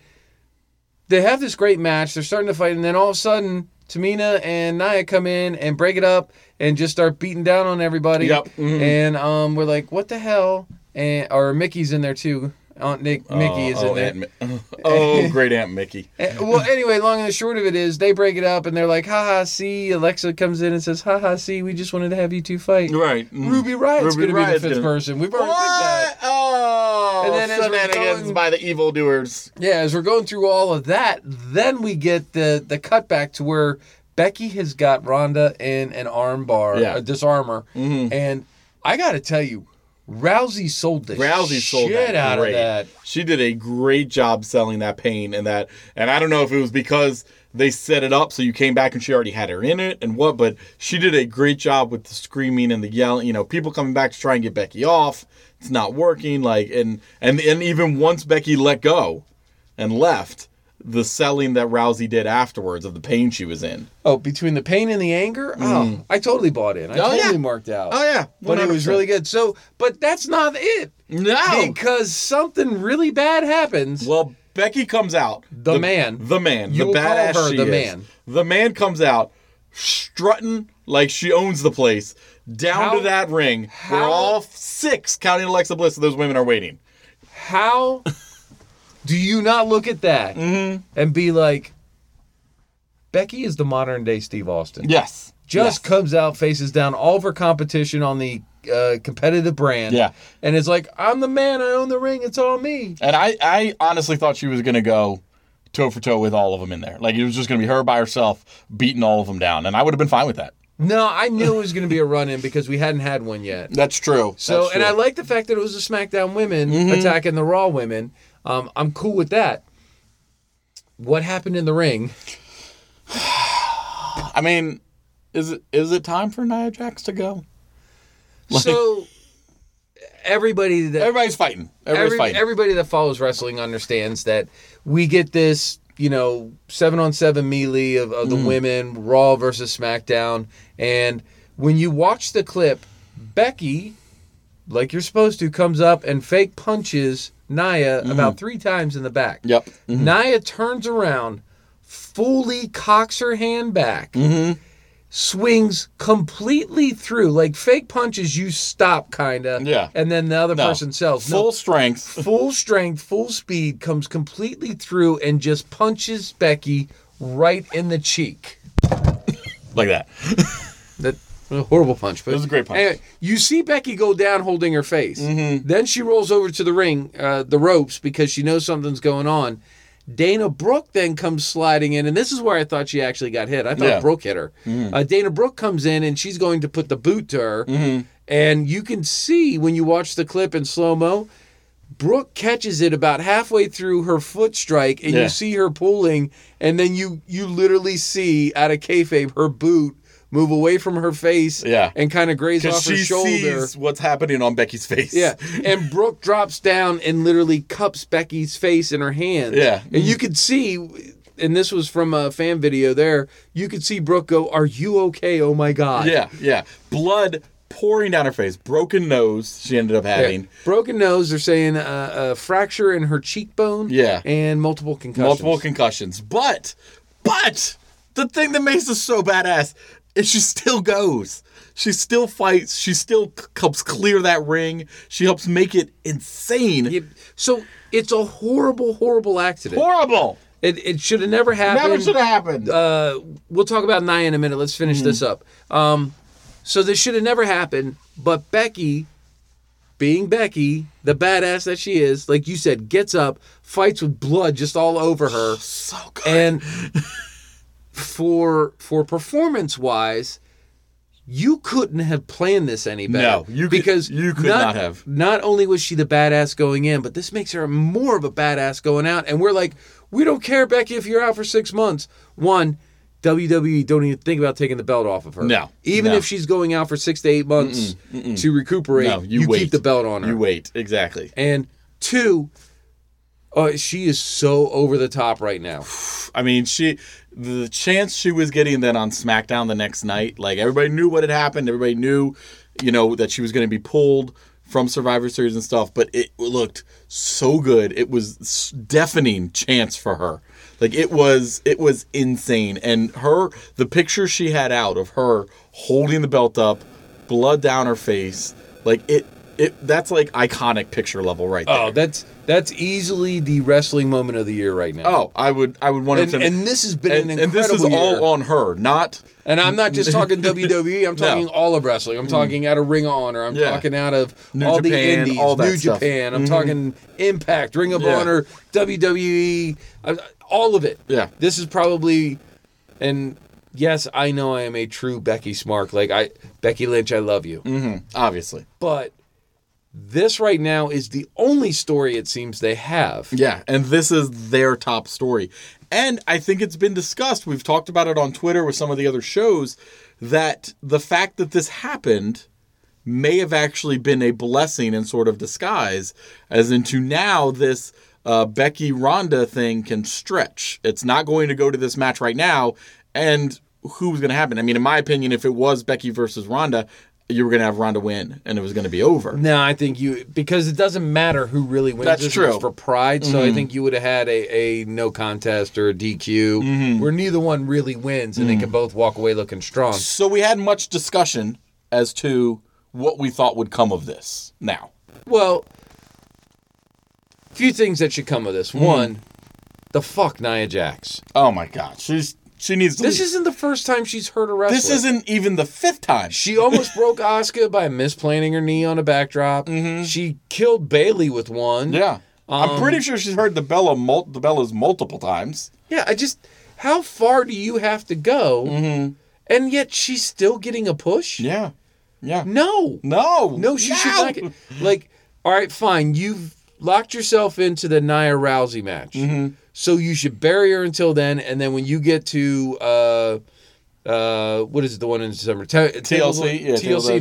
B: they have this great match. They're starting to fight, and then all of a sudden, Tamina and Naya come in and break it up and just start beating down on everybody.
A: Yep. Mhm.
B: And um, we're like, what the hell? And or Mickey's in there too. Aunt Nick, Mickey is
A: oh,
B: in there.
A: Aunt Mi- [LAUGHS] oh, great Aunt Mickey.
B: Eh, well, anyway, long and the short of it is, they break it up and they're like, "Ha ha, see." Alexa comes in and says, "Ha ha, see. We just wanted to have you two fight."
A: Right.
B: Ruby Riot's
A: Ruby
B: going to be the
A: Riot's
B: fifth
A: gonna-
B: person. We've already picked that.
A: What? Oh,
B: And then as we're
A: shenanigans
B: going-
A: by the evildoers.
B: Yeah, as we're going through all of that, then we get the the cutback to where Becky has got Ronda in an arm bar,
A: Yeah. Mm-hmm.
B: a disarmer, and I got to tell you, Rousey sold the
A: Rousey
B: shit
A: sold that
B: out
A: great.
B: of that.
A: She did a great job selling that pain and that. And I don't know if it was because they set it up so you came back and she already had her in it and what, but she did a great job with the screaming and the yelling. You know, people coming back to try and get Becky off. It's not working. Like and and and even once Becky let go and left, the selling that Rousey did afterwards of the pain she was in.
B: Oh, between the pain and the anger, oh, I totally bought in. I
A: Mm. Oh, yeah.
B: totally marked out.
A: Oh, yeah.
B: but it was
A: 100%.
B: really good. So, but that's not it
A: No.
B: because something really bad happens.
A: Well, Becky comes out.
B: The man.
A: The man.
B: You
A: the
B: will call
A: badass
B: her
A: she
B: the
A: is.
B: man.
A: The man comes out strutting like she owns the place down
B: How-
A: to that ring where
B: how-
A: all six, counting Alexa Bliss, of those women are waiting.
B: How do you not look at that
A: Mm-hmm.
B: and be like, Becky is the modern day Steve Austin?
A: Yes.
B: Just comes out, faces down all of her competition on the uh, competitive brand.
A: Yeah.
B: And is like, I'm the man, I own the ring, it's all me.
A: And I, I honestly thought she was going to go toe for toe with all of them in there. Like it was just going to be her by herself beating all of them down. And I would have been fine with that.
B: No, I knew it was going to be a run in because we hadn't had one yet.
A: That's true. Mm-hmm.
B: So, and I like the fact that it was the SmackDown women attacking the Raw women. Um, I'm cool with that. What happened in the ring?
A: I mean, is it is it time for Nia Jax to go?
B: so, everybody that
A: Everybody's fighting. Everybody's
B: Every,
A: fighting.
B: everybody that follows wrestling understands that we get this, you know, seven on seven melee of, of the
A: Mm-hmm.
B: women, Raw versus SmackDown. And when you watch the clip, Becky, like you're supposed to, comes up and fake punches Naya about three times in the back.
A: Mm-hmm. yep. Mm-hmm.
B: Naya turns around, fully cocks her hand back,
A: Mm-hmm.
B: swings completely through, like fake punches, you stop kind of.
A: Yeah.
B: And then the other
A: No.
B: person sells. No,
A: Full strength.
B: full strength, full speed, comes completely through and just punches Becky right in the cheek.
A: like
B: [LAUGHS]
A: that.
B: That a horrible punch, but it
A: was a great punch.
B: Anyway, you see Becky go down holding her face. Then she rolls over to the ring, uh, the ropes, because she knows something's going on. Dana Brooke then comes sliding in, and this is where I thought she actually got hit. I thought
A: Yeah.
B: Brooke hit her. Uh, Dana Brooke comes in, and she's going to Mm-hmm. put the boot to her. And you can see when you watch the clip in slow mo, Brooke catches it about halfway through her foot strike, and
A: Yeah.
B: you see her pulling, and then you you literally see out of kayfabe her boot move away from her face,
A: Yeah.
B: and kind of graze
A: Because
B: off her
A: she
B: shoulder.
A: sees what's happening on Becky's face.
B: Yeah, and Brooke drops down and literally cups Becky's face in her hands.
A: Yeah.
B: and you could see, and this was from a fan video. There, you could see Brooke go, "Are you okay? Oh my
A: [LAUGHS]
B: god!"
A: Yeah, yeah. Blood pouring down her face, broken nose she ended up
B: Yeah.
A: having.
B: broken nose. They're saying uh, a fracture in her cheekbone.
A: Yeah.
B: and multiple concussions.
A: Multiple concussions. But, but the thing that makes us so badass is she still goes. She still fights. She still c- helps clear that ring. She helps make it insane.
B: You- so it's a horrible, horrible accident.
A: Horrible.
B: it it should have never happened.
A: Never should have happened.
B: uh, we'll talk about Nia in a minute. Let's finish this up. Um, so this should have never happened, but Becky, being Becky, the badass that she is, like you said, gets up, fights with blood just all over her,
A: so good.
B: and for for performance wise. You couldn't have planned this any better.
A: No, you could-
B: because
A: you could not have.
B: Not only was she the badass going in, but this makes her more of a badass going out. And we're like, we don't care, Becky, if you're out for six months. One, WWE don't even think about taking the belt off of her.
A: No,
B: even
A: no.
B: if she's going out for six to eight months to recuperate,
A: No, you
B: you,
A: wait.
B: keep the belt on her.
A: you wait. Exactly.
B: And two, uh, she is so over the top right now.
A: I mean, she the chance she was getting then on SmackDown the next night, like everybody knew what had happened. Everybody knew, you know, that she was going to be pulled from Survivor Series and stuff. But it looked so good. It was s- deafening chance for her. Like it was, it was insane. And her, the picture she had out of her holding the belt up, blood down her face, like it, it that's like iconic picture level right there.
B: Oh, that's that's easily the wrestling moment of the year right now.
A: Oh, I would, I would want
B: and, and this has been
A: and,
B: an
A: and
B: incredible
A: this is
B: year.
A: all on her, not
B: And I'm not
A: [LAUGHS]
B: just talking WWE. I'm talking all of wrestling. I'm talking out of Ring of Honor. I'm
A: Mm. Yeah.
B: talking out of
A: New
B: all the
A: Japan,
B: Indies,
A: all that
B: New
A: stuff. Mm-hmm.
B: Japan. I'm talking Impact, Ring of
A: Yeah.
B: Honor, WWE, uh, all of it.
A: Yeah.
B: This is probably, and yes, I know I am a true Becky Smark. Like I, Becky Lynch, I love you,
A: Mm. obviously.
B: but this right now is the only story it seems they have.
A: Yeah, and this is their top story. And I think it's been discussed. We've talked about it on Twitter with some of the other shows that the fact that this happened may have actually been a blessing in sort of disguise, as into now this uh, Becky Ronda thing can stretch. It's not going to go to this match right now, and who's going to happen? I mean, in my opinion, if it was Becky versus Ronda, you were going to have Ronda win, and it was going to be over.
B: No, I think you because it doesn't matter who really wins.
A: That's
B: this
A: true. Mm-hmm.
B: was for pride. So I think you would have had a, a no contest or a DQ
A: Mm-hmm.
B: where neither one really wins and they can both walk away looking strong.
A: So we had much discussion as to what we thought would come of this. Now,
B: Well, few things that should come of this.
A: Mm-hmm.
B: One, the fuck Nia Jax.
A: oh my God, she's she needs to.
B: This
A: leave.
B: isn't the first time she's hurt a wrestler.
A: this isn't even the fifth time.
B: She almost broke Oscar by misplanting her knee on a backdrop.
A: Mm-hmm.
B: She killed Bailey with one.
A: yeah, I'm
B: Um,
A: pretty sure she's heard the Bella mul- the Bellas multiple times.
B: Yeah, I just how far do you have to go? And yet she's still getting a push?
A: Yeah, yeah.
B: No.
A: No,
B: No, she should not get like all right, fine, you've locked yourself into the Nia Rousey match. So you should bury her until then and then when you get to uh uh, what is it, the one in December? T-
A: TLC, yeah,
B: TLC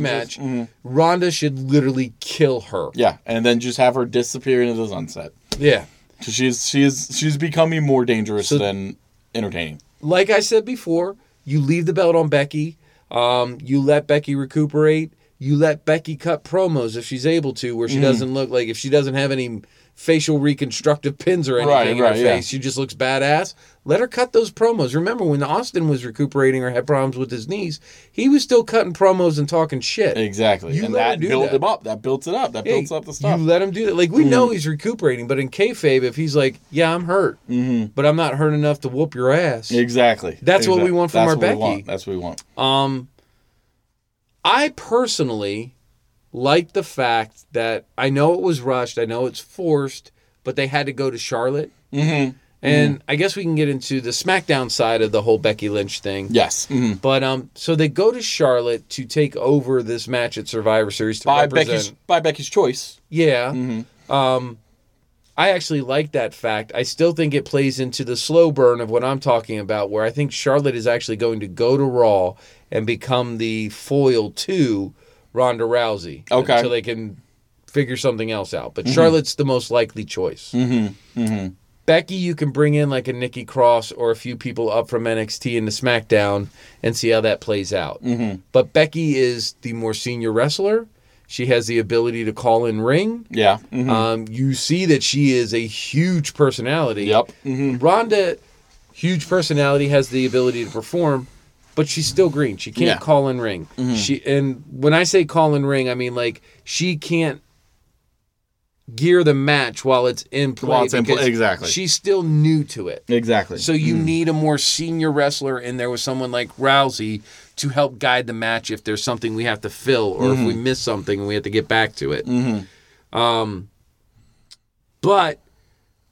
A: TLC.
B: match. Rhonda should literally kill her.
A: Yeah, and then just have her disappear into the sunset.
B: Yeah.
A: 'Cause She's she's she's becoming more dangerous
B: So-
A: than entertaining.
B: like I said before, you leave the belt on Becky. Um, you let Becky recuperate. You let Becky cut promos if she's able to,
A: Mm-hmm.
B: where she doesn't look like if she doesn't have any facial reconstructive pins or anything
A: Right,
B: in
A: right,
B: her
A: yeah.
B: face, she just looks badass. Let her cut those promos. Remember when Austin was recuperating or had problems with his knees, he was still cutting promos and talking shit.
A: Exactly,
B: You
A: and
B: let her
A: that
B: do
A: built
B: that.
A: him up. That builds it up. That builds up the stuff. Mm-hmm.
B: You let him do that. Like we know he's recuperating, but in kayfabe, if he's like, "Yeah, I'm hurt, but I'm not hurt enough to whoop your ass,"
A: Mm-hmm. exactly.
B: That's what we
A: Exact-
B: want from
A: That's
B: our
A: what we
B: Becky.
A: want. That's what we want.
B: Um, I personally like the fact that I know it was rushed, I know it's forced, but they had to go to Charlotte.
A: Mm-hmm.
B: And I guess we can get into the SmackDown side of the whole Becky Lynch thing.
A: Yes. Mm-hmm.
B: But um, so they go to Charlotte to take over this match at Survivor Series to
A: by
B: represent.
A: Becky's by Becky's choice.
B: yeah. Um, I actually like that fact. I still think it plays into the slow burn of what I'm talking about, where I think Charlotte is actually going to go to Raw and become the foil to Ronda Rousey.
A: Okay.
B: Until they can figure something else out. But Charlotte's the most likely choice. Mm-hmm. Mm-hmm. Becky, you can bring in like a Nikki Cross or a few people up from NXT into SmackDown and see how that plays out.
A: Mm.
B: Mm-hmm. But Becky is the more senior wrestler. She has the ability to call in ring.
A: Yeah. mhm.
B: Um, you see that she is a huge personality.
A: Yep.
B: Rhonda, huge personality, has the ability to perform, but she's still green. She can't
A: Yeah. Mm-hmm.
B: call in ring. She and when I say call in ring, I mean like she can't gear the match while it's in play.
A: While it's in play,
B: because
A: exactly. Hmm.
B: She's still new to it.
A: Exactly.
B: So you need a more senior wrestler in there with someone like Rousey to help guide the match if there's something we have to fill or if we
A: Mm-hmm.
B: miss something and we have to get back to it. Um, but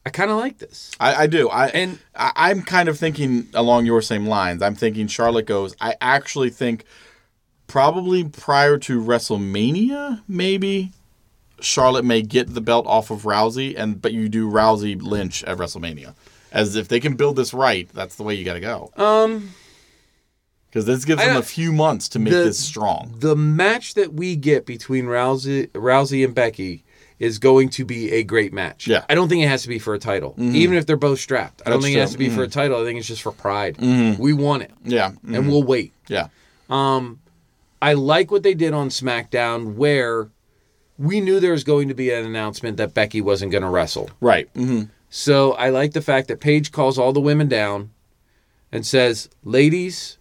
B: I kind of like this.
A: I, I do. I
B: And-
A: and I, I'm kind of thinking along your same lines. I'm thinking Charlotte goes. I actually think probably prior to WrestleMania, maybe Charlotte may get the belt off of Rousey, and but you do Rousey Lynch at WrestleMania, as if they can build this right. That's the way you got to go. Um, because this gives
B: I
A: them a
B: don't-
A: few months to make
B: The-
A: this strong.
B: The match that we get between Rousey, Rousey and Becky is going to be a great match.
A: Yeah. Mm-hmm.
B: I don't think it has to be for a title, even if they're both strapped. I don't
A: That's
B: think
A: true. Mm-hmm.
B: it has to be for a title. I think it's just for pride. We want it,
A: Yeah, mm,
B: and we'll wait.
A: yeah,
B: I like what they did on SmackDown where we knew there was going to be an announcement that Becky wasn't going to wrestle.
A: right. hmm
B: So I like the fact that Paige calls all the women down and says, Ladies,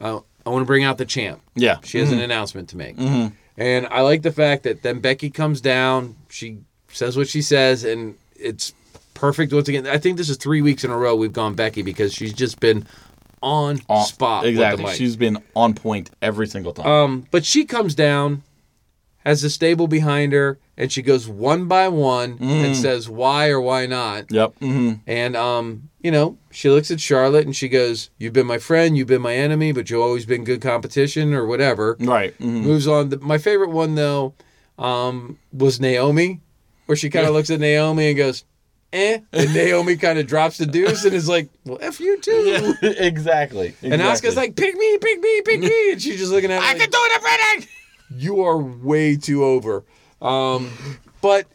B: uh, I want to bring out the champ.
A: Yeah,
B: She has an announcement to make.
A: Mm-hmm.
B: And I like the fact that then Becky comes down, she says what she says, and it's perfect once again. I think this is three weeks in a row we've gone Becky because she's just been on,
A: On-
B: spot. with the
A: Mm-hmm. Exactly.
B: mic.
A: She's been on point every single time.
B: Um, but she comes down, has the stable behind her, and she goes one by one
A: Mm.
B: and says why or why not.
A: yep. hmm
B: And um, you know, she looks at Charlotte and she goes, "You've been my friend, you've been my enemy, but you've always been good competition or whatever."
A: Right. mhm.
B: Moves on. The- My favorite one though um, was Naomi, where she kind of looks at Naomi and goes. Eh, and
A: [LAUGHS]
B: Naomi kind of drops the deuce and is like, "Well, f you too." [LAUGHS]
A: exactly.
B: And
A: exactly.
B: Asuka's like, pick me, pick me,
A: [LAUGHS]
B: pick me. And she's just looking at me. I can do it, Riddick! You are way too over. Um, but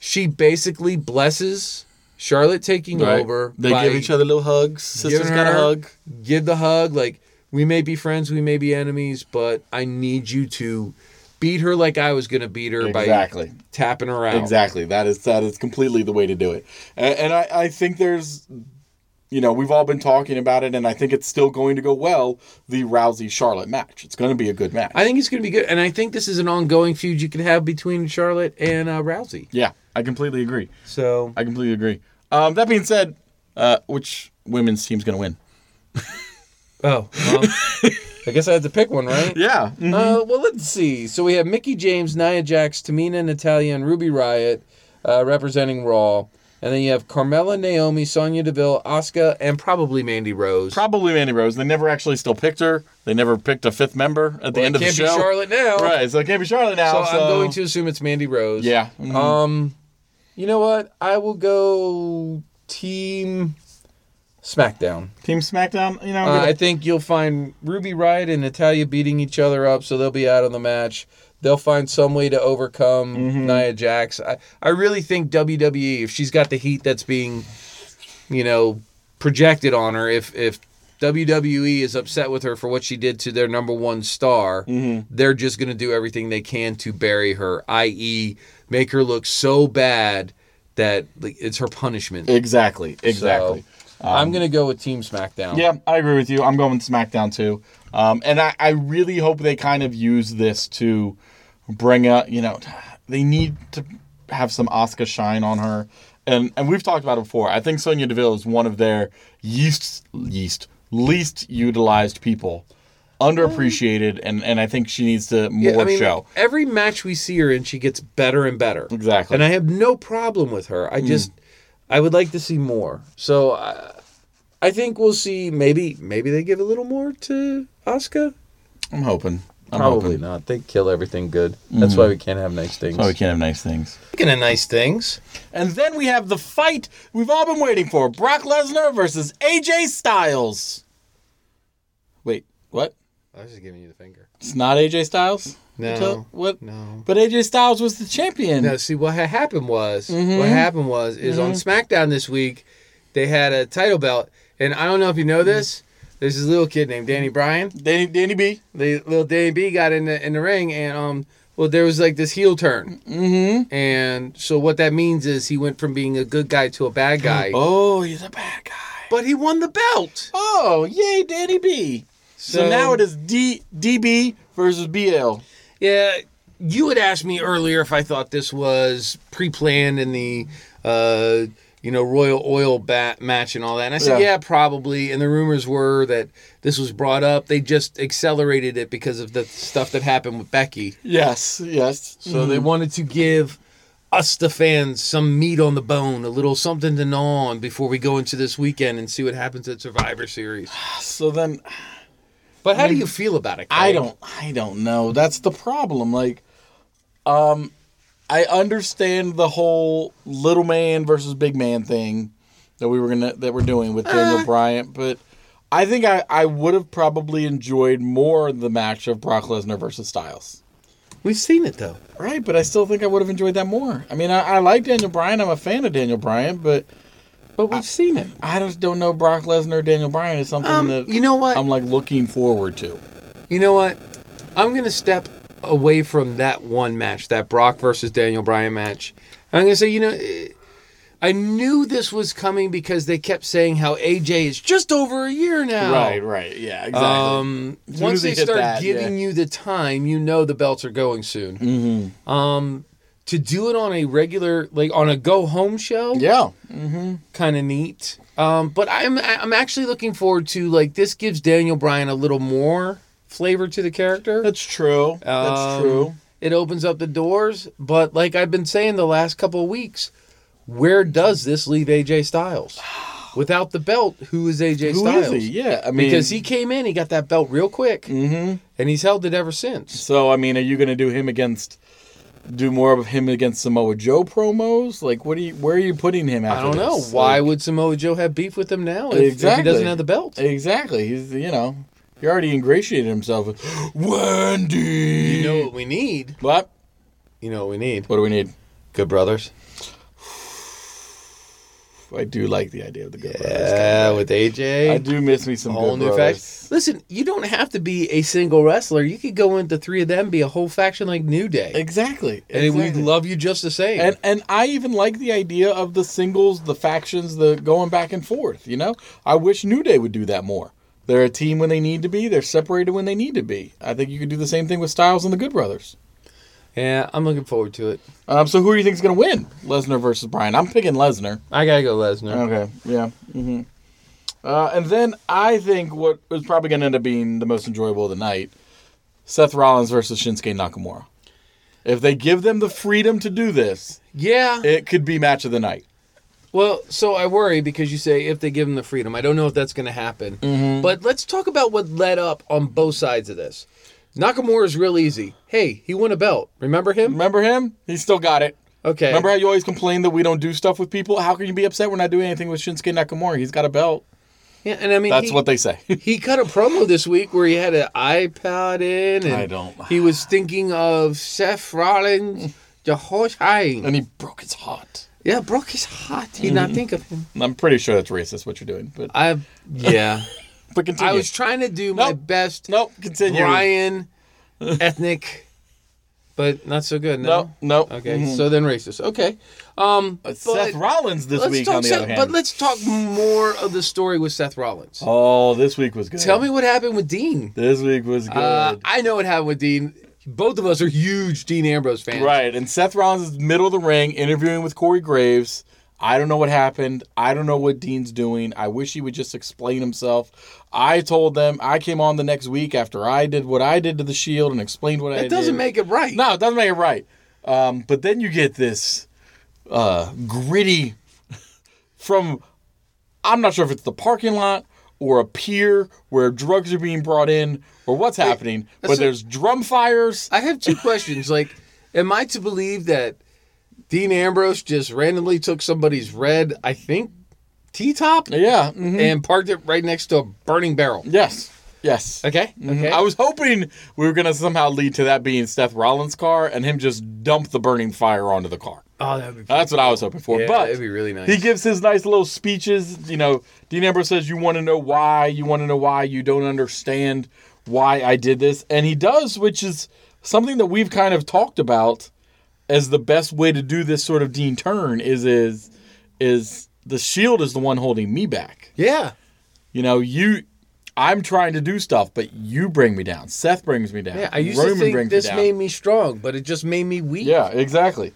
B: she basically blesses Charlotte taking
A: Right.
B: over.
A: They
B: by
A: give each other little hugs. Sisters
B: giving
A: got a
B: her-
A: hug.
B: Give the hug. Like, we may be friends, we may be enemies, but I need you to beat her like I was going to beat her
A: Exactly.
B: by tapping her out.
A: Exactly. That is that is completely the way to do it. And, and I, I think there's you know, we've all been talking about it and I think it's still going to go well, the Rousey Charlotte match. It's gonna be a good match.
B: I think it's going to be good. And I think this is an ongoing feud you can have between Charlotte and uh, Rousey.
A: yeah, I completely agree.
B: So,
A: I completely agree. Um, that being said, uh, which women's team's gonna win?
B: oh, well,
A: [LAUGHS]
B: I guess I have to pick one, right?
A: Yeah. mhm.
B: Uh, well, let's see. So we have Mickey James, Nia Jax, Tamina, Natalia, and Ruby Riot uh, representing Raw. And then you have Carmella, Naomi, Sonya Deville, Asuka, and probably Mandy Rose.
A: Probably Mandy Rose. They never actually still picked her. They never picked a fifth member at the
B: Well,
A: end
B: it
A: of the
B: can't
A: show.
B: be Charlotte now.
A: Right, so it can't be Charlotte
B: So
A: now. So,
B: I'm going to assume it's Mandy Rose.
A: Yeah. mhm.
B: Um, you know what? I will go team SmackDown.
A: Team SmackDown, you know, I'm
B: Uh,
A: gonna-
B: I think you'll find Ruby Riot and Natalia beating each other up, so they'll be out of the match. They'll find some way to overcome
A: Mm-hmm.
B: Nia Jax. I, I really think WWE, if she's got the heat that's being, you know, projected on her, if if WWE is upset with her for what she did to their number one star,
A: Mm-hmm.
B: they're just going to do everything they can to bury her, i.e., make her look so bad that like, it's her punishment.
A: Exactly. Exactly.
B: So, I'm going to go with Team SmackDown.
A: yeah, I agree with you. I'm going with SmackDown too, um, and I, I really hope they kind of use this to bring up. You know, they need to have some Oscar shine on her, and and we've talked about it before. I think Sonya Deville is one of their yeast yeast least utilized people, underappreciated, and and I think she needs to more
B: Mm. I mean,
A: show.
B: Every match we see her in, she gets better and better.
A: Exactly. Hmm.
B: And I have no problem with her. I just, I would like to see more. So I, I think we'll see. Maybe, maybe they give a little more to Asuka.
A: I'm hoping. I'm
C: Probably
A: hoping.
C: not. They kill everything good. That's why we can't have nice things.
A: Oh, Hmm. we can't have nice things.
B: Speaking of nice things,
A: And then we have the fight we've all been waiting for Brock Lesnar versus AJ Styles. Wait, what?
B: I was just giving you the finger.
A: It's not AJ Styles?
B: No.
A: Until- What?
B: No.
A: But AJ Styles was the champion.
B: No, see what had happened was
A: Mm-hmm.
B: what happened was is on SmackDown this week, they had a title belt, and I don't know if you know this. There's this little kid named Danny Bryan.
A: Danny, Danny B.
B: The little Danny B got in the in the ring, and um, well, there was like this heel turn, mm-hmm. and so what that means is he went from being a good guy to a bad guy.
A: Oh, he's a bad guy.
B: But he won the belt.
A: Oh, yay, Danny B. So, now it is D, DB versus BL.
B: Yeah, you had asked me earlier if I thought this was pre-planned in the, uh, you know, Royal Oil bat match and all that, and I said,
A: Yeah.
B: yeah. probably. And the rumors were that this was brought up. They just accelerated it because of the stuff that happened with Becky.
A: Yes, yes.
B: So they wanted to give us the fans some meat on the bone, a little something to gnaw on before we go into this weekend and see what happens at Survivor Series.
A: Mm-hmm. So then
B: But how do you feel about it?
A: I
B: Craig?
A: don't I don't know. That's the problem. Like um I understand the whole little man versus big man thing that we were gonna that we're doing with
B: Uh.
A: Daniel Bryant, but I think I, I would have probably enjoyed more the match of Brock Lesnar versus Styles.
B: We've seen it though.
A: Right, but I still think I would have enjoyed that more. I mean, I, I like Daniel Bryan. I'm a fan of Daniel Bryan, but
B: But we've seen it.
A: I just don't know Brock Lesnar, Daniel Bryan is something
B: Um,
A: that
B: you know what?
A: I'm like looking forward to.
B: You know what? I'm gonna step away from that one match, that Brock versus Daniel Bryan match. I'm gonna say, you know, eh, I knew this was coming because they kept saying how AJ is just over a year now.
A: right, yeah, exactly.
B: Oh. Um,
A: soon
B: once
A: as they
B: they
A: hit
B: start
A: that,
B: giving you the time, you know the belts are going soon.
A: Mm-hmm.
B: Um, to do it on a regular, like on a go home show,
A: yeah,
B: kind of neat. Um, but I'm I'm actually looking forward to like this gives Daniel Bryan a little more flavor to the character.
A: That's true. That's
B: Um,
A: true.
B: It opens up the doors, but like I've been saying the last couple of weeks, where does this leave AJ Styles? Without the belt, who is AJ
A: Who
B: Styles?
A: is he? Yeah, I mean, Mm-hmm.
B: Because he came in, he got that belt real quick, and he's held it ever since.
A: So I mean, are you going to do him against? Do more of him against Samoa Joe promos? Like, what do you? Where are you putting him? After
B: I don't know
A: this?
B: why
A: Like,
B: would Samoa Joe have beef with him now if, if he
A: Exactly.
B: doesn't have the belt.
A: exactly. He's you know he already ingratiated himself with Wendy.
B: You know what we need?
A: what?
B: You know what we need?
A: What do we need?
B: Good brothers.
A: I do like the idea of the Good Brothers.
B: Yeah, with AJ.
A: I do miss me some
B: whole
A: Good
B: new
A: Brothers.
B: faction. Listen, you don't have to be a single wrestler. You could go into three of them, be a whole faction like New Day,
A: Exactly.
B: and
A: exactly.
B: we love you just the same.
A: And and I even like the idea of the singles, the factions, the going back and forth. You know, I wish New Day would do that more. They're a team when they need to be. They're separated when they need to be. I think you could do the same thing with Styles and the Good Brothers.
B: yeah, I'm looking forward to it.
A: Um, so who do you think is going to win? Lesnar versus Bryan. I'm picking Lesnar.
B: I gotta go, Lesnar.
A: Okay. Yeah. Mm-hmm. Uh, and then I think what is probably going to end up being the most enjoyable of the night: Seth Rollins versus Shinsuke Nakamura. If they give them the freedom to do this,
B: Yeah.
A: it could be match of the night.
B: Well, so I worry because you say if they give him the freedom, I don't know if that's going to happen. But let's talk about what led up on both sides of this. Nakamura is real easy. Hey, he won a belt. Remember him?
A: Remember him? He's still got it.
B: Okay.
A: Remember how you always complain that we don't do stuff with people? How can you be upset we're not doing anything with Shinsuke Nakamura? He's got a belt.
B: Yeah, and I mean
A: That's
B: he-
A: what they
B: [LAUGHS]
A: say.
B: He cut a promo this week where he had an iPod in, and
A: I don't-
B: he was thinking of Seth Rollins, Josh Hine.
A: and he broke his heart.
B: Yeah, Brock is hot. He not think of him.
A: And I'm pretty sure that's racist what you're doing, but
B: I yeah.
A: but continue.
B: I was trying to do my
A: Nope.
B: best
A: nope, continue.
B: Ryan ethnic, but not so good. No.
A: Nope, nope.
B: Okay, so then racist. Okay. Um,
A: But Seth Rollins this
B: let's
A: week
B: talk
A: on the
B: Seth-
A: other hand.
B: But let's talk more of the story with Seth Rollins.
A: oh, this week was good.
B: Tell me what happened with Dean.
A: This week was good.
B: Uh, I know what happened with Dean. Both of us are huge Dean Ambrose fans.
A: Right, and Seth Rollins is middle of the ring interviewing with Corey Graves. I don't know what happened. I don't know what Dean's doing. I wish he would just explain himself. I told them I came on the next week after I did what I did to the Shield and explained what I did.
B: It doesn't make it right.
A: no, it doesn't make it right. Um, but then you get this uh, gritty from I'm not sure if it's the parking lot or a pier where drugs are being brought in or what's happening, but
B: that's a-
A: there's drum fires.
B: I have two questions. Like, am I to believe that Dean Ambrose just randomly took somebody's red, I think, T top
A: Yeah. mhm.
B: and parked it right next to a burning barrel?
A: Yes. Yes.
B: Okay.
A: Mhm.
B: Okay.
A: I was hoping we were going to somehow lead to that being Seth Rollins' car and him just dump the burning fire onto the car.
B: oh, that'd be.
A: That's what I was hoping for.
B: Yeah,
A: but
B: that'd be really nice.
A: he gives his nice little speeches. You know, Dean Ambrose says, "You want to know why? You want to know why? You don't understand why I did this." And he does, which is something that we've kind of talked about as the best way to do this sort of Dean turn. Is is is the Shield is the one holding me back.
B: yeah.
A: You know, you. I'm trying to do stuff, but you bring me down. Seth brings me down.
B: Yeah. I used
A: Roman
B: to think
A: brings me
B: this
A: down.
B: made me strong, but it just made me weak.
A: Yeah, exactly.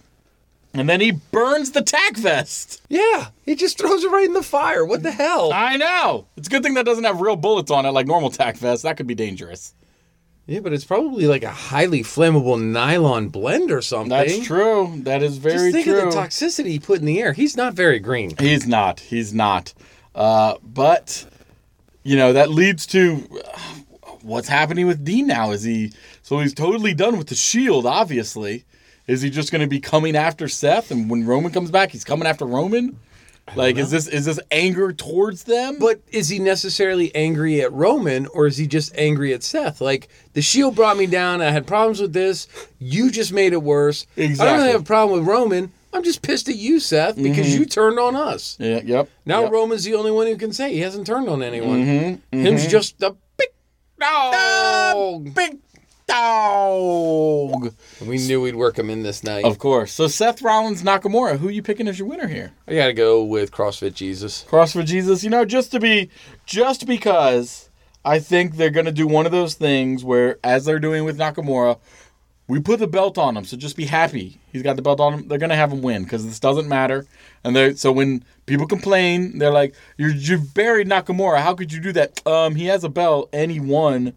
A: And then he burns the tack vest.
B: Yeah. He just throws it right in the fire. What the hell?
A: I know. It's a good thing that doesn't have real bullets on it like normal tack vests. That could be dangerous.
B: yeah, but it's probably like a highly flammable nylon blend or something.
A: That's true. That is
B: Just
A: very
B: think
A: true.
B: of the toxicity he put in the air. He's not very green.
A: He's not. He's not. Uh, but you know that leads to uh, what's happening with Dean now. Is he so he's totally done with the Shield? Obviously, is he just going to be coming after Seth? And when Roman comes back, he's coming after Roman. Like, is this is this anger towards them?
B: But is he necessarily angry at Roman or is he just angry at Seth? Like, the shield brought me down. I had problems with this. You just made it worse. I don't
A: Exactly.
B: really have a problem with Roman. I'm just pissed at you, Seth, because you turned on us.
A: yeah. Yep.
B: Now
A: yep. Mm-hmm.
B: Roman's the only one who can say he hasn't turned on anyone. Him's just a big dog.
A: big dog.
B: We knew we'd work him in this night.
A: Of course. So Seth Rollins, Nakamura, who you picking as your winner here?
B: I gotta go with CrossFit Jesus.
A: Cross for Jesus, you know, just to be just because I think they're gonna do one of those things where as they're doing with Nakamura, we put the belt on him, so just be happy. He's got the belt on him. They're gonna have him win because this doesn't matter. And they so when people complain, they're like, "You're you buried Nakamura. How could you do that? Um, he has a belt and he won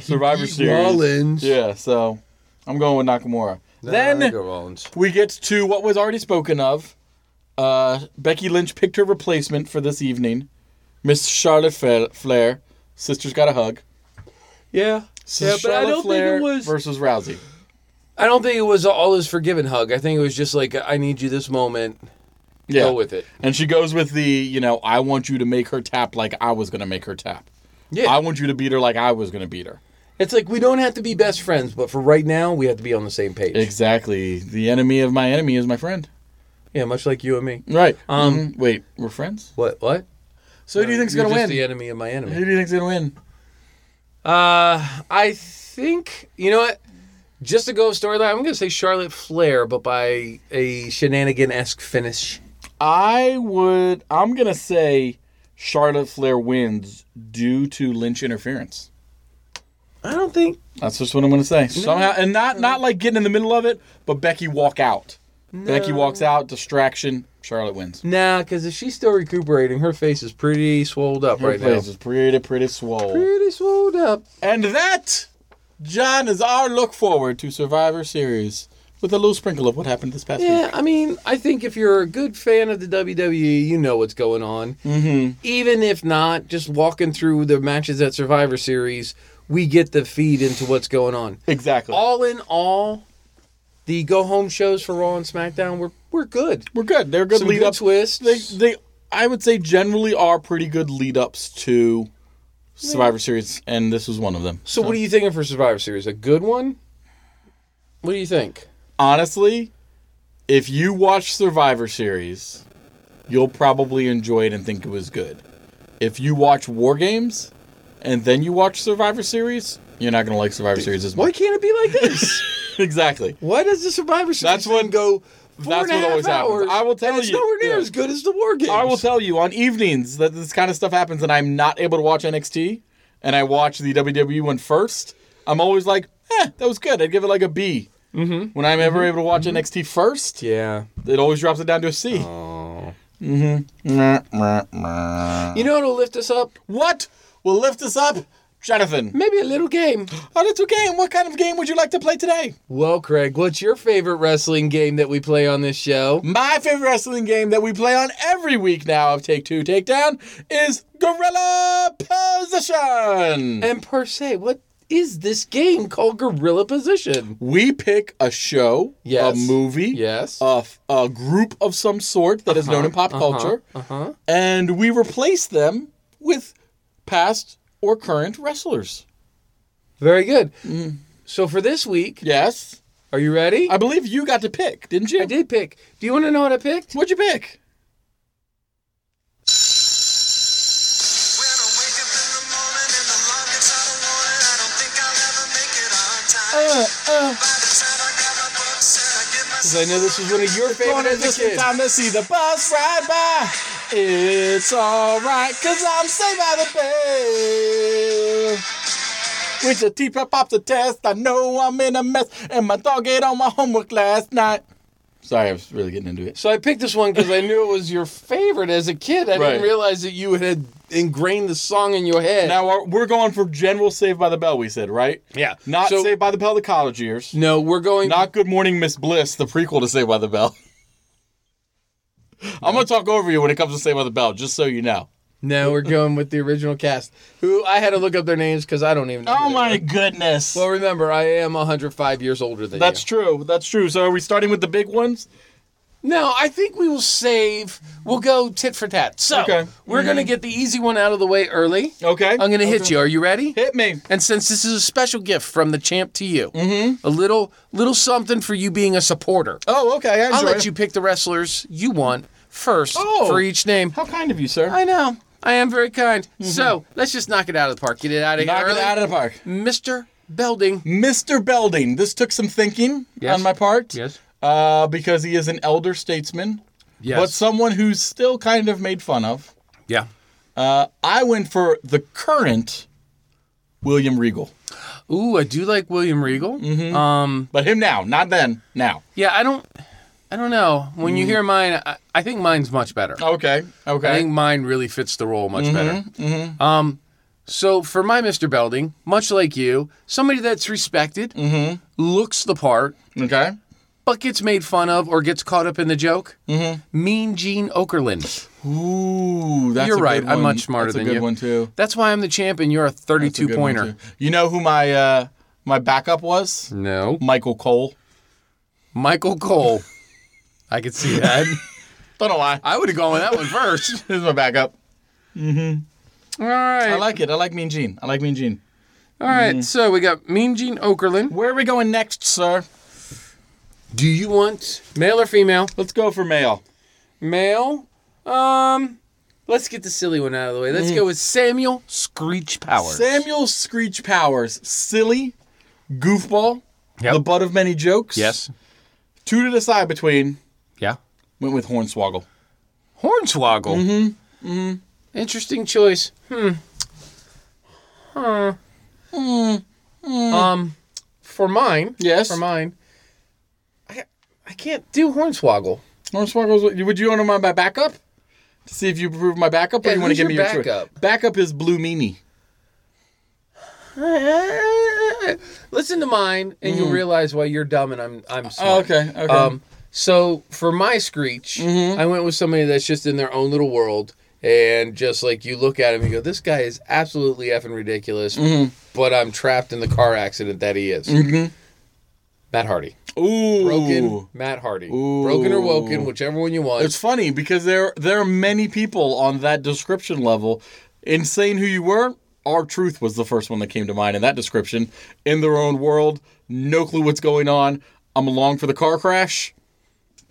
A: Survivor
B: beat
A: Series.
B: Rollins.
A: Yeah, so I'm going with Nakamura. then
B: I go Rollins.
A: we get to what was already spoken of. Uh, Becky Lynch picked her replacement for this evening, Miss Charlotte Fa- Flair. Sisters got a hug.
B: Yeah. Yeah, but I
A: Charlotte
B: don't
A: Flair
B: think it was.
A: versus Rousey.
B: I don't think it was all is forgiven hug. I think it was just like I need you this moment.
A: Yeah,
B: Go with it.
A: And she goes with the you know I want you to make her tap like I was gonna make her tap.
B: Yeah.
A: I want you to beat her like I was gonna beat her.
B: It's like we don't have to be best friends, but for right now we have to be on the same page.
A: Exactly. The enemy of my enemy is my friend.
B: yeah, much like you and me.
A: Right.
B: Um,
A: Mhm. Wait, we're friends.
B: What what?
A: So who do you think's
B: You're
A: gonna
B: just
A: win?
B: The enemy of my enemy.
A: Who do you think's gonna win?
B: Uh I think you know what? Just to go storyline, I'm gonna say Charlotte Flair, but by a shenanigan esque finish.
A: I would. I'm gonna say Charlotte Flair wins due to Lynch interference.
B: I don't think
A: That's just what I'm gonna say. Somehow, and not not like getting in the middle of it, but Becky walk out. Becky walks out. Distraction. Charlotte wins.
B: Nah, because if she's still recuperating, her face is pretty swolled up
A: Her
B: right now.
A: place is pretty pretty swole.
B: Pretty swolled up.
A: And that, John, is our look forward to Survivor Series with a little sprinkle of what happened this past
B: Yeah, I mean, I think if you're a good fan of the WWE, you know what's going on.
A: Hmm.
B: Mm-hmm. Even if not, just walking through the matches at Survivor Series, we get the feed into what's going on.
A: week. Exactly.
B: All in all, the go home shows for Raw and SmackDown were were good.
A: We're good. They're good
B: Some
A: lead
B: good
A: up
B: twists.
A: They they I would say generally are pretty good lead ups to Survivor Series, and this was one of them.
B: so, what are you thinking for Survivor Series? A good one? What do you think?
A: Honestly, if you watch Survivor Series, you'll probably enjoy it and think it was good. If you watch War Games and then you watch Survivor Series, you're not gonna like Survivor Series as
B: Why
A: much.
B: can't it be like
A: [LAUGHS]
B: this?
A: exactly.
B: Why does the Survivor Series
A: That's what-
B: thing go four
A: that's what
B: and a half
A: always happens.
B: hours?
A: I will tell
B: and it's
A: you.
B: nowhere near
A: Yeah.
B: as good as the War Games.
A: I will tell you on evenings that this kind of stuff happens and I'm not able to watch NXT and I watch the WWE one first, I'm always like, eh, that was good. I'd give it like a B. Mm-hmm. When I'm ever able to watch NXT first,
B: Yeah.
A: it always drops it down to a C. Mm-hmm. Oh.
B: You know what'll lift us up?
A: What will lift us up? Jonathan,
B: Maybe a little game.
A: oh, that's a game. What kind of game would you like to play today?
B: [GASPS] Well, Craig, what's your favorite wrestling game that we play on this show?
A: My favorite wrestling game that we play on every week now of Take Two Takedown is Gorilla Position.
B: And per se, what is this game called Gorilla Position?
A: we pick a show,
B: Yes.
A: a movie,
B: Yes.
A: a, f- a group of some sort that is known in pop culture,
B: Uh-huh.
A: and we replace them with past or current wrestlers.
B: Very good. So for this week,
A: Yes,
B: are you ready?
A: I believe you got to pick, didn't you?
B: I did pick. Do you want to know what I picked?
A: What'd you pick?
D: When I wake up in the morning and the alarm gets out of warning, I don't think I'll ever make it on time. By the time I grab my books and I get myself.
B: 'Cause I know this was one of your favorite as a kid.
A: time to see the bus ride by. It's alright, cause I'm saved by the bell. With your teacher pop the test, I know I'm in a mess, and my dog ate all my homework last night. Sorry, I was really getting into it.
B: So I picked this one because I knew it was your favorite as a kid. I
A: Right.
B: didn't realize that you had ingrained the song in your head.
A: Now are- we're going for general Saved by the Bell, we said, right?
B: yeah,
A: Not
B: so,
A: Saved by the Bell, the college years.
B: No, we're going.
A: Not Good Morning Miss Bliss, the prequel to Saved by the Bell. [LAUGHS] I'm gonna talk over you when it comes to Saved by the Bell, just so you know.
B: no, we're going with the original cast. Who I had to look up their names because I don't even. know. who
A: Oh
B: they
A: my
B: were.
A: goodness.
B: Well, remember, I am 105 years older than
A: That's
B: you.
A: true. That's true. So are we starting with the big ones?
B: No, I think we will save. We'll go tit for tat. So
A: Okay. Mm-hmm.
B: we're gonna get the easy one out of the way early.
A: Okay. Oh,
B: I'm gonna hit you. Are you ready?
A: Hit me.
B: And since this is a special gift from the champ to you,
A: Mm-hmm.
B: a little little something for you being a supporter.
A: Oh, okay. I
B: I'll
A: enjoy
B: let
A: it.
B: you pick the wrestlers you want first
A: Oh.
B: for each name.
A: How kind of you, sir.
B: I know. I am very kind. So let's just knock it out of the park. Get it out of
A: Mm-hmm. Knock
B: here early.
A: it out of the park.
B: Mr. Belding.
A: Mr. Belding. This took some thinking
B: Yes.
A: on my part.
B: Yes.
A: Uh, because he is an elder statesman,
B: Yes.
A: but someone who's still kind of made fun of.
B: yeah.
A: Uh, I went for the current William Regal.
B: Ooh, I do like William Regal.
A: Mm-hmm.
B: Um,
A: But him now, not then, now.
B: yeah, I don't, I don't know. When you hear mine, I, I think mine's much better.
A: Okay.
B: I
A: Mm-hmm. Okay. Mm-hmm.
B: think mine really fits the role much better. Um, so for my Mr. Belding, much like you, somebody that's respected,
A: Mm-hmm.
B: looks the part,
A: okay.
B: but gets made fun of or gets caught up in the joke. Mm-hmm. Mean Gene Okerlund.
A: Ooh, that's
B: You're
A: a
B: right.
A: Good
B: I'm
A: one.
B: much smarter
A: that's
B: than
A: a good
B: you.
A: one too.
B: That's why I'm the champ and you're a
A: That's a
B: 32
A: good one,
B: pointer.
A: too. You know who my uh, my backup was?
B: No.
A: Michael Cole.
B: Michael Cole. I could
A: [LAUGHS]
B: see that.
A: Don't know why.
B: I would have gone with that one [LAUGHS] first.
A: This is my backup.
B: All right.
A: I like it. I like Mean Gene. I like Mean Gene.
B: All right. So we got Mean Gene Okerlund.
A: Where are we going next, sir?
B: Do you want male or female?
A: Let's go for male.
B: Male. Um, let's get the silly one out of the way. Let's go with Samuel Mm. Screech Powers.
A: Samuel Screech Powers, silly, goofball,
B: Yep.
A: the butt of many jokes.
B: yes.
A: Two to decide between.
B: Yeah.
A: Went with Hornswoggle.
B: Hornswoggle. Mm-hmm. mm-hmm. Interesting choice. Hmm. Huh. Mm. Um, for mine.
A: Yes.
B: For mine. I I can't do Hornswoggle.
A: Hornswoggle's. Would you want to mind my backup? To see if you approve my backup, or
B: Yeah,
A: you want to
B: who's
A: give
B: your
A: me your choice?
B: backup?
A: Backup is Blue Meanie.
B: [LAUGHS] Listen to mine, and you'll realize why you're dumb and I'm I'm smart.
A: Mm. Oh, okay, okay. Mm-hmm.
B: Um, so for my screech, I went with somebody that's just in their own little world, and just like you look at him, you go, "This guy is absolutely effing ridiculous,"
A: Mm-hmm.
B: but I'm trapped in the car accident that he is. Matt Hardy,
A: Ooh,
B: broken. Matt Hardy,
A: Ooh.
B: broken or woken, whichever one you want.
A: It's funny because there there are many people on that description level. Insane who you were, our truth was the first one that came to mind in that description. In their own world, no clue what's going on. I'm along for the car crash,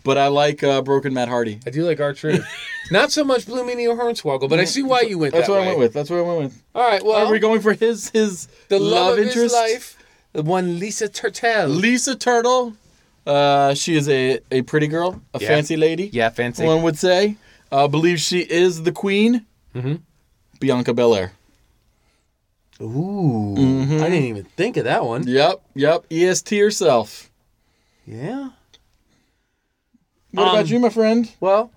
A: but I like uh, Broken Matt Hardy.
B: I do like our
A: [LAUGHS]
B: truth. Not so much Blue Meanie or Hornswoggle, but I see why you went
A: Mm-hmm. That's
B: that
A: what
B: way.
A: I went with. That's what I went with.
B: All right, well,
A: Are we going for his his
B: the love, of
A: interest?
B: his life, the one Lisa Turtle.
A: Lisa Turtle. Uh, she is a, a pretty girl, a
B: Yeah.
A: fancy lady.
B: yeah, fancy.
A: one would say. Uh, believes she is the queen.
B: Mm-hmm.
A: Bianca Belair.
B: Ooh, I didn't even think of that one.
A: Yep, yep. E EST herself.
B: Yeah.
A: What about you, my friend?
B: Well,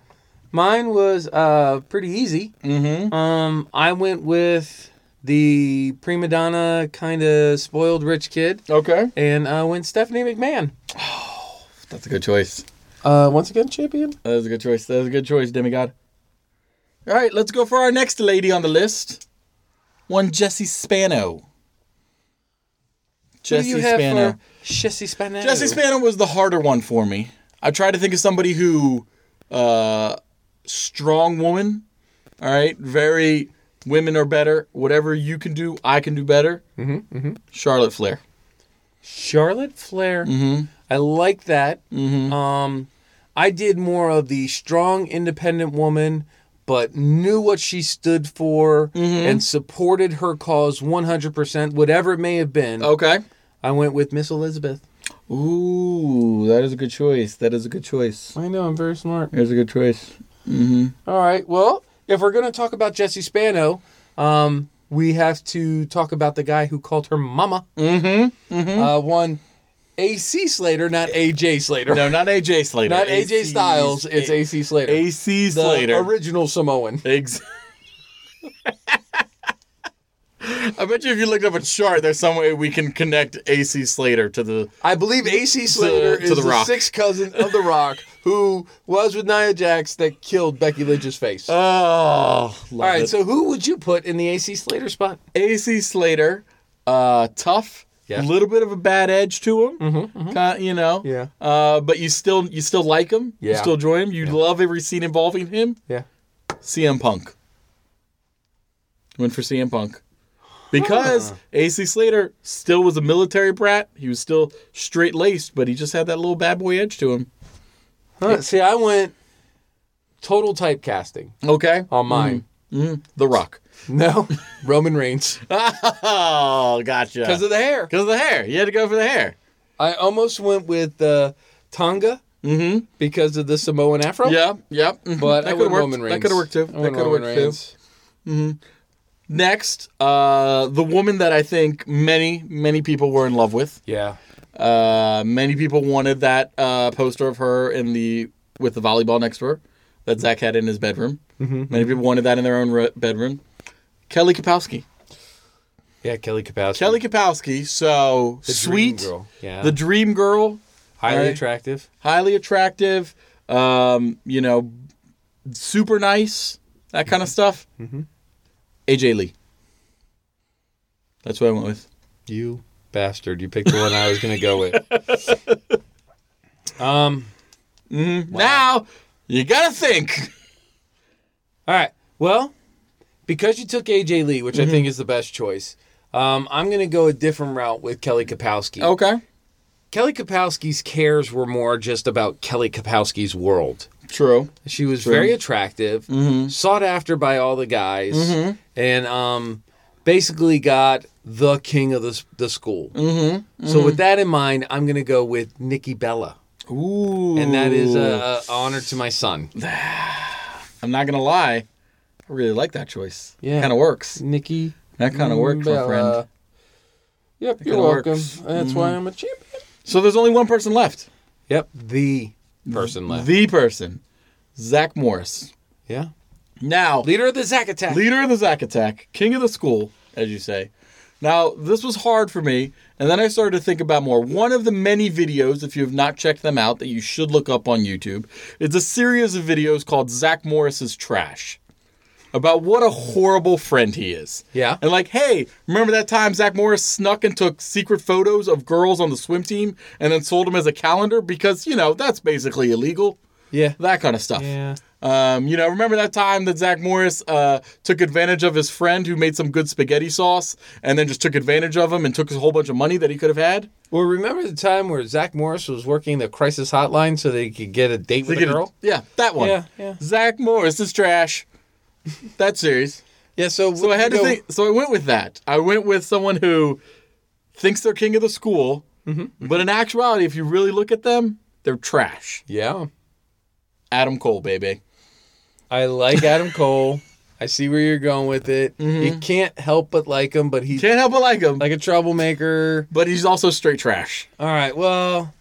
B: mine was uh pretty easy. Mm-hmm. Um, I went with the prima donna kind of spoiled rich kid,
A: Okay.
B: and uh, went Stephanie McMahon.
A: That's a good choice.
B: Uh, once again, champion.
A: That was a good choice. That was a good choice, demigod. All right, let's go for our next lady on the list. One Jesse Spano.
B: Who do
A: Jesse Spano.
B: for Jesse Spano?
A: Jesse Spano was the harder one for me. I tried to think of somebody who, uh, strong woman. All right, very women are better. Whatever you can do, I can do better. Mm-hmm, Charlotte Flair.
B: Charlotte Flair. I like that. Um, I did more of the strong, independent woman, but knew what she stood for and supported her cause 100%, whatever it may have been.
A: Okay.
B: I went with Miss Elizabeth.
A: Ooh, that is a good choice. That is a good choice.
B: I know, I'm very smart.
A: That is a good choice.
B: All right. Well, if we're going to talk about Jesse Spano, um, we have to talk about the guy who called her mama. Mm hmm. Uh, one AC Slater, not AJ Slater.
A: No, not AJ Slater.
B: Not AJ Styles, it's
A: A-
B: AC Slater.
A: AC
B: the
A: Slater.
B: original Samoan.
A: Ex- [LAUGHS] I bet you if you looked up a chart, there's some way we can connect AC Slater to the.
B: I believe AC Slater
A: to
B: is
A: The
B: the,
A: Rock.
B: sixth cousin of The
A: [LAUGHS]
B: Rock, who was with Nia Jax that killed Becky Lynch's face.
A: Oh,
B: All right, so who would you put in the AC Slater spot?
A: AC Slater, uh, tough, a
B: Yeah. Mm-hmm,
A: little bit of a bad edge to him, Ki- you know.
B: Yeah.
A: Uh, but you still you still like him. You
B: Yeah.
A: still enjoy him. You love every scene involving him.
B: Yeah.
A: CM Punk. Went for CM Punk. Because AC Slater still was a military brat. He was still straight laced, but he just had that little bad boy edge to him.
B: See, I went total typecasting
A: Okay.
B: on mine.
A: The Rock.
B: No, [LAUGHS] Roman Reigns
A: [LAUGHS] Oh, gotcha.
B: because of the hair.
A: Because of the hair. You had to go for the hair.
B: I almost went with uh, Tonga because of the Samoan afro.
A: Mm-hmm. Yeah, yep. mhm.
B: but I
A: that
B: went
A: could
B: Roman
A: work.
B: Reigns.
A: That could have worked too.
B: I
A: That
B: went
A: could have
B: Roman
A: worked too.
B: Reigns.
A: Next, uh, the woman that I think many, many people were in love with.
B: Yeah,
A: Uh, many people wanted that uh, poster of her in the with the volleyball next to her that Zach had in his bedroom.
B: Mm-hmm.
A: Many people wanted that in their own re- bedroom. Kelly Kapowski.
B: yeah, Kelly Kapowski.
A: Kelly Kapowski. So
B: The dream
A: sweet,
B: girl. Yeah,
A: the dream girl,
B: highly
A: Alright.
B: attractive.
A: highly attractive. Um, you know, super nice, that kind
B: Mm-hmm.
A: of stuff. AJ Lee. That's what I went with.
B: You bastard! You picked the one I was gonna go [LAUGHS] with. Um.
A: Now you gotta think.
B: All right. Well, because you took AJ Lee, which I think is the best choice, um, I'm gonna go a different route with Kelly Kapowski.
A: Okay.
B: Kelly Kapowski's cares were more just about Kelly Kapowski's world.
A: True.
B: She was very attractive, sought after by all the guys, and um, basically got the king of the, s- the school. Mm-hmm. So, with that in mind, I'm going to go with Nikki Bella.
A: Ooh.
B: And that is uh, an honor to my son.
A: I'm not gonna lie. I really like that choice.
B: Yeah. Mm, uh,
A: Kind of works.
B: Nikki
A: That kind of works, my friend.
B: Yep,
A: you're welcome. works. Mm.
B: That's why I'm a champion.
A: So there's only one person left.
B: Yep, the person left.
A: The person, Zach Morris.
B: yeah.
A: Now,
B: Leader of the Zack Attack.
A: leader of the Zack Attack, king of the school, as you say. Now, this was hard for me, and then I started to think about more. One of the many videos, if you have not checked them out, that you should look up on YouTube, it's a series of videos called Zach Morris's Trash about what a horrible friend he is.
B: Yeah.
A: And like, hey, remember that time Zach Morris snuck and took secret photos of girls on the swim team and then sold them as a calendar? Because, you know, that's basically illegal.
B: yeah.
A: That kind of stuff. Um, you know, remember that time that Zach Morris uh, took advantage of his friend who made some good spaghetti sauce and then just took advantage of him and took a whole bunch of money that he could have had?
B: Well, remember the time where Zach Morris was working the crisis hotline so that he could get a date with a
A: Get a-
B: girl?
A: yeah, that one.
B: Yeah, yeah.
A: Zach Morris is trash. that series.
B: Yeah, so
A: So I had to think. So I went with that. I went with someone who thinks they're king of the school, but in actuality, if you really look at them, they're trash.
B: Yeah,
A: Adam Cole, baby.
B: I like Adam Cole. I see where you're going with it.
A: Mm-hmm.
B: You can't help but like him, but he's
A: Can't help but like him.
B: like a troublemaker.
A: but he's also straight trash.
B: All right, well,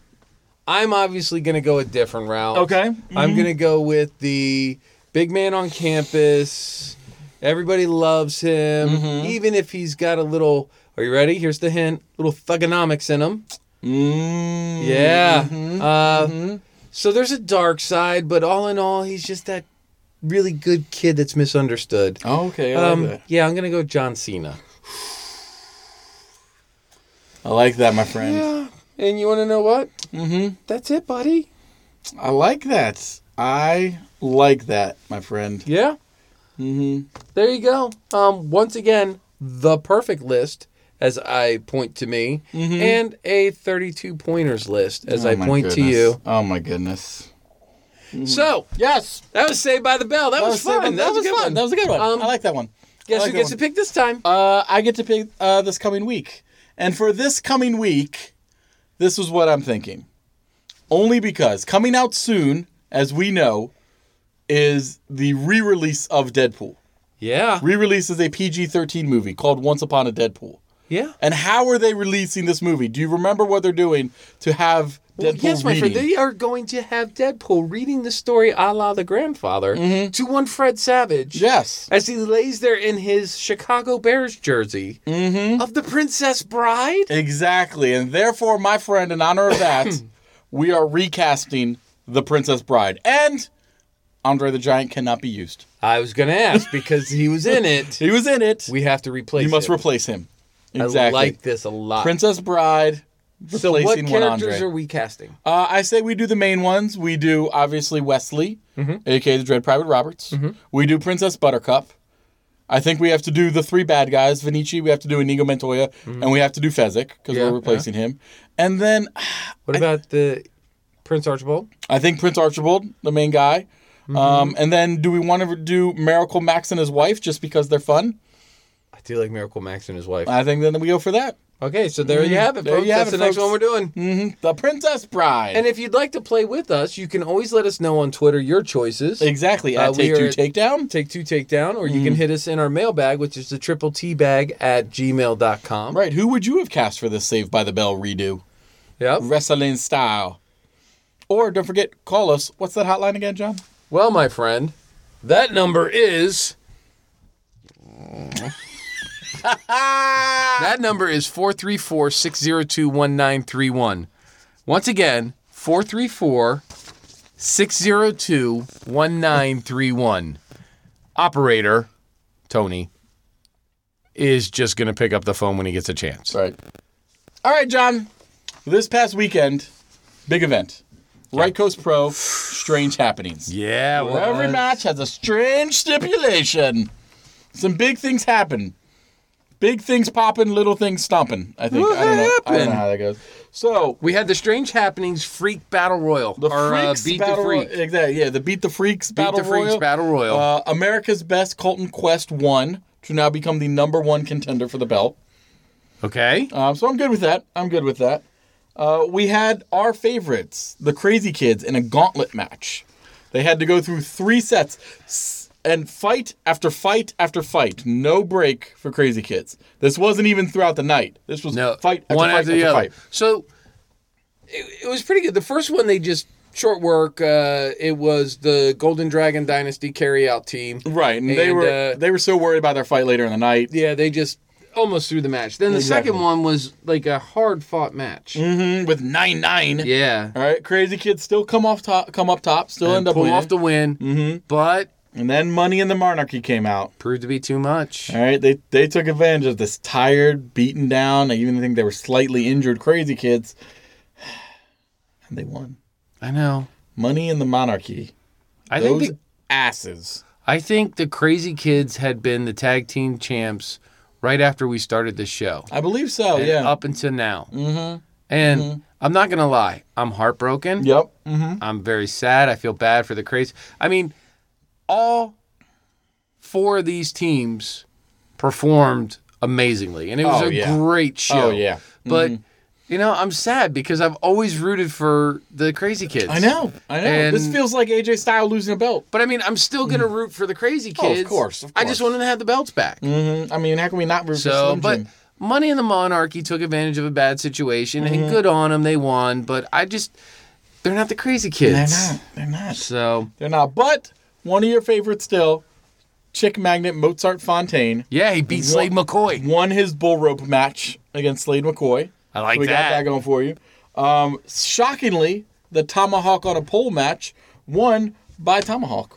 B: I'm obviously going to go a different route.
A: Okay.
B: I'm going to go with the big man on campus,
E: Everybody loves him,
A: Mm-hmm.
E: even if he's got a little. Are you ready? Here's the hint: little thugonomics in him.
A: Mm.
E: Yeah. Uh,
A: Mm-hmm.
E: So there's a dark side, but all in all, he's just that really good kid that's misunderstood.
A: Oh, okay, I
E: Um,
A: like that.
E: yeah, I'm gonna go John Cena.
A: I like that, my friend.
E: And you want to know what?
A: Mm-hmm.
E: That's it, buddy.
A: I like that. I like that, my friend.
E: Yeah.
A: Mm-hmm.
E: There you go. Um, once again, the perfect list, as I point to me, and a 32 pointers list, as I point to you.
A: Oh my goodness.
E: So,
A: Yes,
E: that was Saved by the Bell. Mm-hmm. That,
A: that
E: was,
A: was
E: fun.
A: fun. That was
E: a good
A: fun.
E: one.
A: That was a good one.
E: Um,
A: I like that one.
E: Guess
A: I
E: who
A: like that
E: gets
A: one.
E: to pick this time?
A: Uh, I get to pick uh, this coming week. And for this coming week, this is what I'm thinking. Only because coming out soon, as we know, is the re release of Deadpool.
E: Yeah.
A: Re release is a PG 13 movie called Once Upon a Deadpool.
E: Yeah.
A: And how are they releasing this movie? Do you remember what they're doing to have Deadpool
E: Well, yes, my
A: reading?
E: friend. They are going to have Deadpool reading the story a la the grandfather to one Fred Savage.
A: yes.
E: As he lays there in his Chicago Bears jersey of the Princess Bride.
A: Exactly. And therefore, my friend, in honor
E: [CLEARS THROAT]
A: of that, we are recasting The Princess Bride. And Andre the Giant cannot be used.
E: I was going to ask because he was in [LAUGHS] it.
A: He was in it.
E: We have to replace.
A: you must
E: him.
A: replace him. Exactly.
E: I like this a lot.
A: Princess Bride.
E: so what
A: replacing
E: characters
A: one Andre.
E: are we casting?
A: Uh, I say we do the main ones. We do obviously Wesley,
E: Mm-hmm.
A: aka the Dread Private Roberts. We do Princess Buttercup. I think we have to do the three bad guys: Vinici. We have to do Inigo Montoya, and we have to do Fezzik because
E: Mm-hmm. Yeah,
A: we're replacing him. And then
E: What about the Prince Archibald?
A: I think Prince Archibald, the main guy.
E: Mm-hmm.
A: Um, and then do we want to do Miracle Max and his wife just because they're fun?
E: I do like Miracle Max and his wife.
A: I think then we go for that.
E: Okay, so Mm, there you have it,
A: There
E: folks. Mm.
A: you have
E: That's
A: it,
E: the next
A: folks.
E: one we're doing.
A: hmm The Princess Bride.
E: And if you'd like to play with us, you can always let us know on Twitter your choices.
A: exactly.
E: Uh,
A: At
E: we
A: Take Two
E: are-
A: Takedown.
E: Take two takedown, or you can hit us in our mailbag, which is the triple T bag at gmail.com.
A: Right. Who would you have cast for this Saved by the Bell redo?
E: Yep.
A: Wrestling style. Or don't forget, call us. What's that hotline again, John?
E: Well, my friend, that number
A: [LAUGHS]
E: is.
B: That number is 434 602 1931. Once again, 434 602 1931. Operator Tony is just going to pick up the phone when he gets a chance.
A: Right. All right, John. This past weekend, big event. Right Coast Pro, strange happenings.
B: Yeah,
A: Where
B: well,
A: every match has a strange stipulation. Some big things happen. Big things popping, little things stomping. I think. I don't know. I don't know
B: happened?
A: how that goes. So
B: we had the Strange Happenings Freak Battle Royal.
A: the
B: or, uh,
A: freaks
B: Beat
A: battle
B: the Freak.
A: Roy- exactly. Yeah, the beat the freaks
B: Beat
A: battle
B: the Freaks
A: royal.
B: Battle Royal.
A: Uh, America's best Colton Quest won to now become the number one contender for the belt.
B: okay.
A: Um, so I'm good with that. I'm good with that. Uh, we had our favorites, the Crazy Kids, in a gauntlet match. They had to go through three sets s- and fight after fight after fight. No break for Crazy Kids. This wasn't even throughout the night. This was
B: No,
A: fight after
B: one
A: fight
B: after the other.
A: fight.
B: So
E: It, it was pretty good. The first one, they just short work. Uh, it was the Golden Dragon Dynasty carryout team.
A: Right, and, they
E: And,
A: were
E: uh,
A: they were so worried about their fight later in the night.
E: Yeah, they just almost threw the match. Then the
A: Exactly.
E: second one was like a hard fought match.
A: Mhm, with nine nine.
E: Yeah.
A: All right, Crazy Kids still come off top, come up top, still end up
B: pull
A: winning. Mm-hmm.
B: off the win, but
A: and then Money in the Monarchy came out.
B: proved to be too much.
A: All right, they they took advantage of this tired, beaten down. I even think they were slightly injured, crazy kids, [SIGHS] and they won.
B: I know.
A: Money in the monarchy.
B: I think
A: Those
B: the,
A: asses.
B: I think the Crazy Kids had been the tag team champs right after we started the show.
A: I believe so.
B: and
A: Oh, yeah.
B: Up until now. Mm-hmm. And I'm not gonna lie, I'm heartbroken.
A: Yep. Mm-hmm.
B: I'm very sad. I feel bad for the crazy. I mean, all four of these teams performed amazingly, and it was
A: Oh,
B: a
A: yeah.
B: great
A: Oh,
B: show.
A: yeah.
B: But you know, I'm sad because I've always rooted for the crazy kids.
A: I know. I know.
B: And-
A: this feels like AJ Style losing a belt.
B: But I mean, I'm still gonna root for the crazy
A: Mm. Oh, of
B: kids.
A: course, of
B: I just
A: course.
B: want them to have the belts back.
A: Mm-hmm. I mean, how can we not root for
B: So,
A: Slim
B: but
A: Jim?
B: Money in the Monarchy took advantage of a bad situation,
A: Mm-hmm.
B: and good on them. They won, but I just. They're not the crazy
A: they're
B: kids.
A: not. They're not.
B: So
A: They're not. But one of your favorites still, chick magnet Mozart Fontaine
B: Yeah, he beat Slade McCoy.
A: won his bull rope match against Slade McCoy.
B: I like
A: so we got
B: that.
A: that going for you. Um, shockingly, the tomahawk on a pole match won by tomahawk.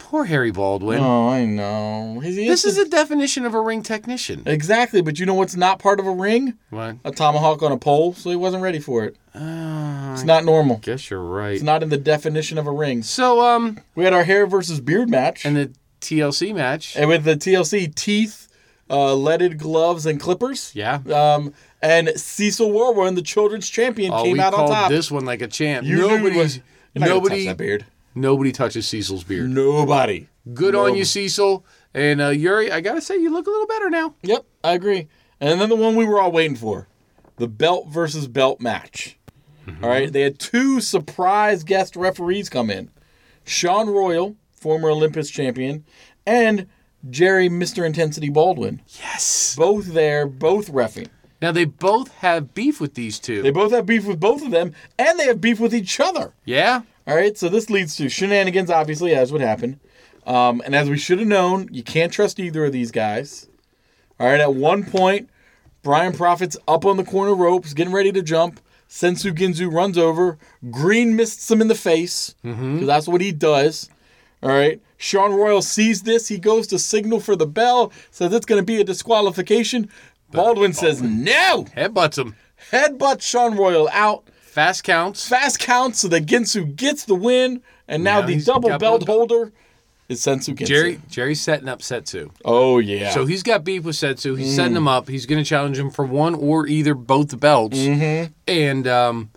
B: Poor Harry Baldwin.
A: Oh, I know. He- he
B: This
A: has
B: is
A: to-
B: the definition of a ring technician.
A: exactly. But you know what's not part of a ring?
B: What?
A: A tomahawk on a pole. So he wasn't ready for it. it's not normal.
B: Ah, Guess you're right.
A: Ah. It's not in the definition of a ring.
B: So, um,
A: We had our hair versus beard match,
B: and
A: and,
B: the TLC match.
A: with the TLC teeth, uh, leaded gloves, and clippers.
B: Yeah.
A: Um, and Cecil Warren, the children's champion,
B: Oh,
A: came
B: we
A: out on
B: called
A: top.
B: this one like a champ.
A: You knew it
B: nobody,
A: was- You're not gonna
B: nobody-
A: touch that beard.
B: nobody touches Cecil's beard.
A: Nobody.
B: Good on you, Cecil. And uh, Yuri, I gotta say, you look a little better now.
A: Yep, I agree. And then the one we were all waiting for, the belt versus belt match. All right, they had two surprise guest referees come in, Sean Royal, former Olympus champion, and Jerry Mr. Intensity Baldwin.
B: Yes.
A: Both there, both refing.
B: Now they both have beef with these two.
A: They both have beef with both of them, and they have beef with each other.
B: yeah.
A: All right, so this leads to shenanigans, obviously, as would happen. Um, and as we should have known, you can't trust either of these guys. All right, at one point, Brian Profit's up on the corner ropes, getting ready to jump. Sensu Ginzu runs over. Green mists him in the face, because that's what he does. All right, Sean Royal sees this. He goes to signal for the bell, says it's going to be a disqualification. Baldwin says, no!
B: Headbutts him.
A: Headbutt Sean Royal out
B: Fast counts.
A: fast count so that Ginsu gets the win, and now
B: Now
A: the
B: he's
A: double
B: got
A: belt
B: both-
A: holder is Sensu Ginsu.
B: Jerry Jerry's setting up Setsu.
A: Oh yeah.
B: So he's got beef with Setsu.
A: Mm.
B: He's setting him up. He's going to challenge him for one or either both belts,
A: Mm-hmm.
B: and um,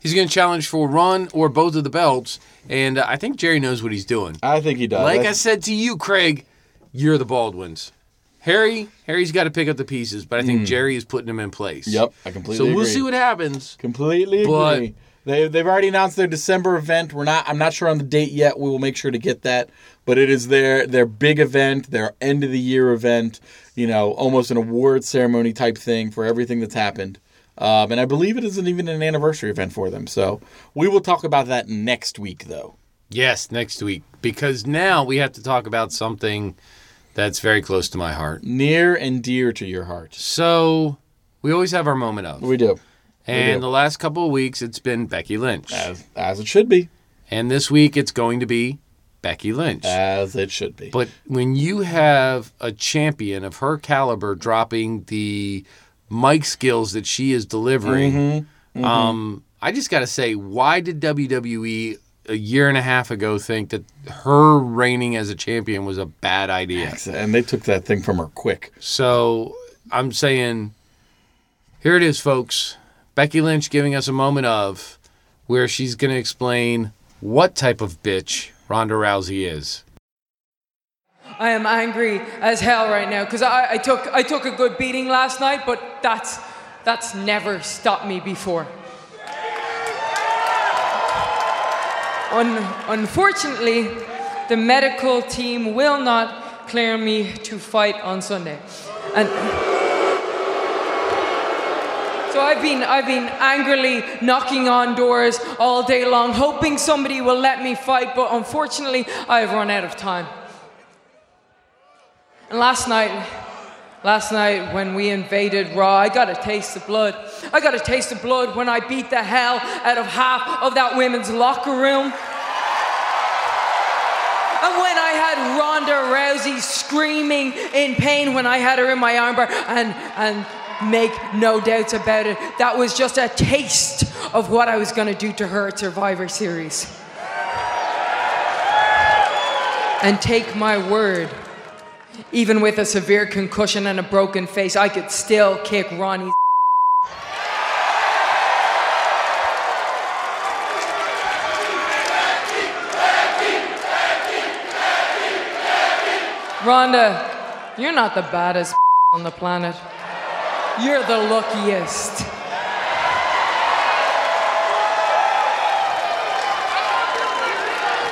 B: he's going to challenge for one or both of the belts. And uh, I think Jerry knows what he's doing.
A: I think he does.
B: Like I
A: That's-
B: said to you, Craig, you're the Baldwins. Harry, Harry's got to pick up the pieces, but I think Jerry is putting him in place.
A: Mm. Yep, I completely
B: So we'll
A: agree.
B: see what happens.
A: completely
B: But-
A: agree. They they've already announced their December event. We're not I'm not sure on the date yet. We will make sure to get that, but it is their their big event, their end of the year event. You know, almost an award ceremony type thing for everything that's happened. Um, and I believe it isn't even an anniversary event for them. So we will talk about that next week, though.
B: Yes, next week because now we have to talk about something that's very close to my heart.
A: Near and dear to your heart.
B: So we always have our moment of.
A: We do. do.
B: And the last couple of weeks, it's been Becky Lynch.
A: As, as it should be.
B: and this week, it's going to be Becky Lynch.
A: As it should be.
B: but when you have a champion of her caliber dropping the mic skills that she is delivering,
A: Mm-hmm.
B: Um, I just got to say, why did WWE a year and a half ago think that her reigning as a champion was a bad idea?
A: and they took that thing from her quick.
B: So I'm saying, here it is, folks. Becky Lynch giving us a moment of where she's going to explain what type of bitch Ronda Rousey is.
F: I am angry as hell right now because I, I took I took a good beating last night, but that's that's never stopped me before. Un- unfortunately, the medical team will not clear me to fight on Sunday, and so I've been I've been angrily knocking on doors all day long, hoping somebody will let me fight, but unfortunately, I've run out of time. And last night, last night when we invaded Raw, I got a taste of blood. I got a taste of blood when I beat the hell out of half of that women's locker room. And when I had Ronda Rousey screaming in pain when I had her in my armbar, and and make no doubts about it, that was just a taste of what I was gonna do to her at Survivor Series. And take my word, even with a severe concussion and a broken face, I could still kick Ronnie's. Rhonda, you're not the baddest [LAUGHS] on the planet. You're the luckiest.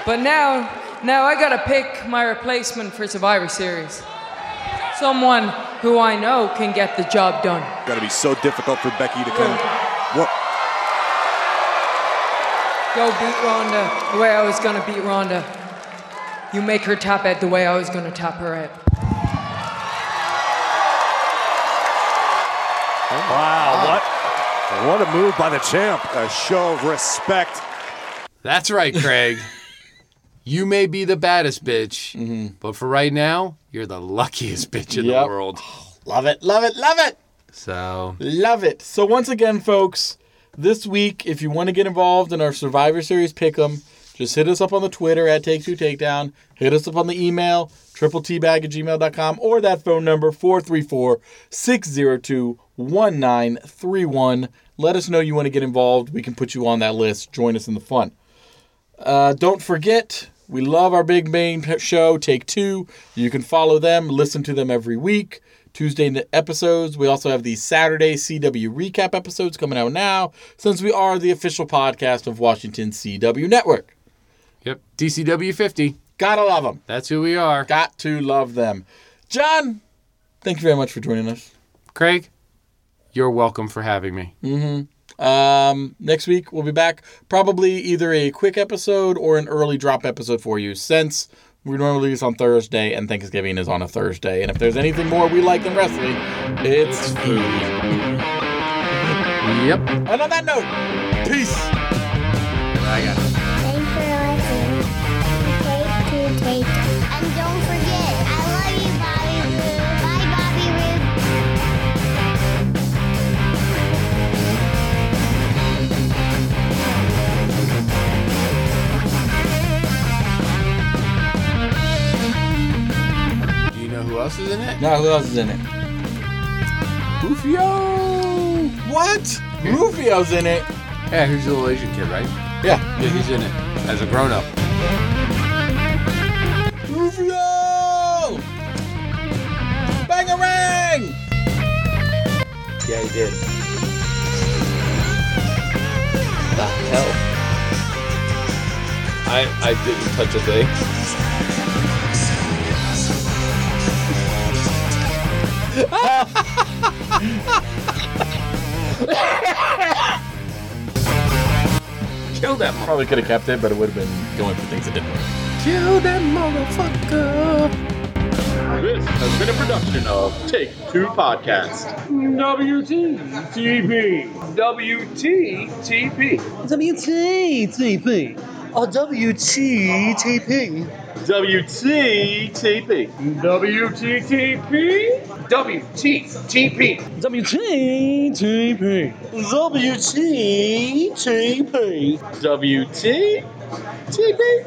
F: But now, now I gotta pick my replacement for Survivor Series. Someone who I know can get the job done.
G: Got to be so difficult for Becky to come. What?
F: Go beat Ronda the way I was gonna beat Ronda. You make her tap out the way I was going to tap her out.
H: Wow, what what a move by the champ.
G: Ah. A show of respect.
B: That's right,
A: [LAUGHS]
B: Craig. you may be the baddest bitch, but for right now, you're the luckiest bitch in
A: Mm-hmm. Yep. [SIGHS]
B: the world.
A: Love it, love it, love it.
B: So
A: Love it. So once again, folks, this week, if you want to get involved in our Survivor Series pick'em, just hit us up on the Twitter at Take Two Takedown. Hit us up on the email, triple tbag at gmail.com, or that phone number, 434 602 1931. Let us know you want to get involved. We can put you on that list. Join us in the fun. Uh, don't forget, we love our big main p- show, Take Two. You can follow them, listen to them every week. Tuesday n- episodes. We also have the Saturday CW recap episodes coming out now, since we are the official podcast of Washington CW Network.
B: Yep. DCW 50.
A: Gotta love them.
B: That's who we are.
A: Got to love them. John, thank you very much for joining us.
B: Craig, you're welcome for having me.
A: Um, next week we'll be back, probably either a quick episode or an early drop episode for you, since we normally do this on Thursday and Thanksgiving is on a Thursday. And if there's anything more we like than wrestling, it's food.
B: Yep.
A: And on that note, peace.
I: Thanks for listening. Take two, take. And don't forget, I love you, Bobby Roode. Bye, Bobby Roode.
B: Do you know who else is in it?
A: Now who else is in it?
B: Rufio!
A: What? Rufio's in it.
B: Yeah, who's the little Asian kid, right?
A: Yeah.
B: Yeah, he's in it as a grown up.
A: Rufio! Bangarang!
C: Yeah, he did. The hell? I I didn't touch a thing.
B: Kill that motherfucker.
A: Probably could have kept it, but it would have been going for things that didn't work.
B: Kill that motherfucker.
J: This has been a production of Take Two Podcast.
K: WTTP. Or WTTP.
J: WTTP. WTTP? WTTP.
K: WTTP. WTTP.
J: WTTP.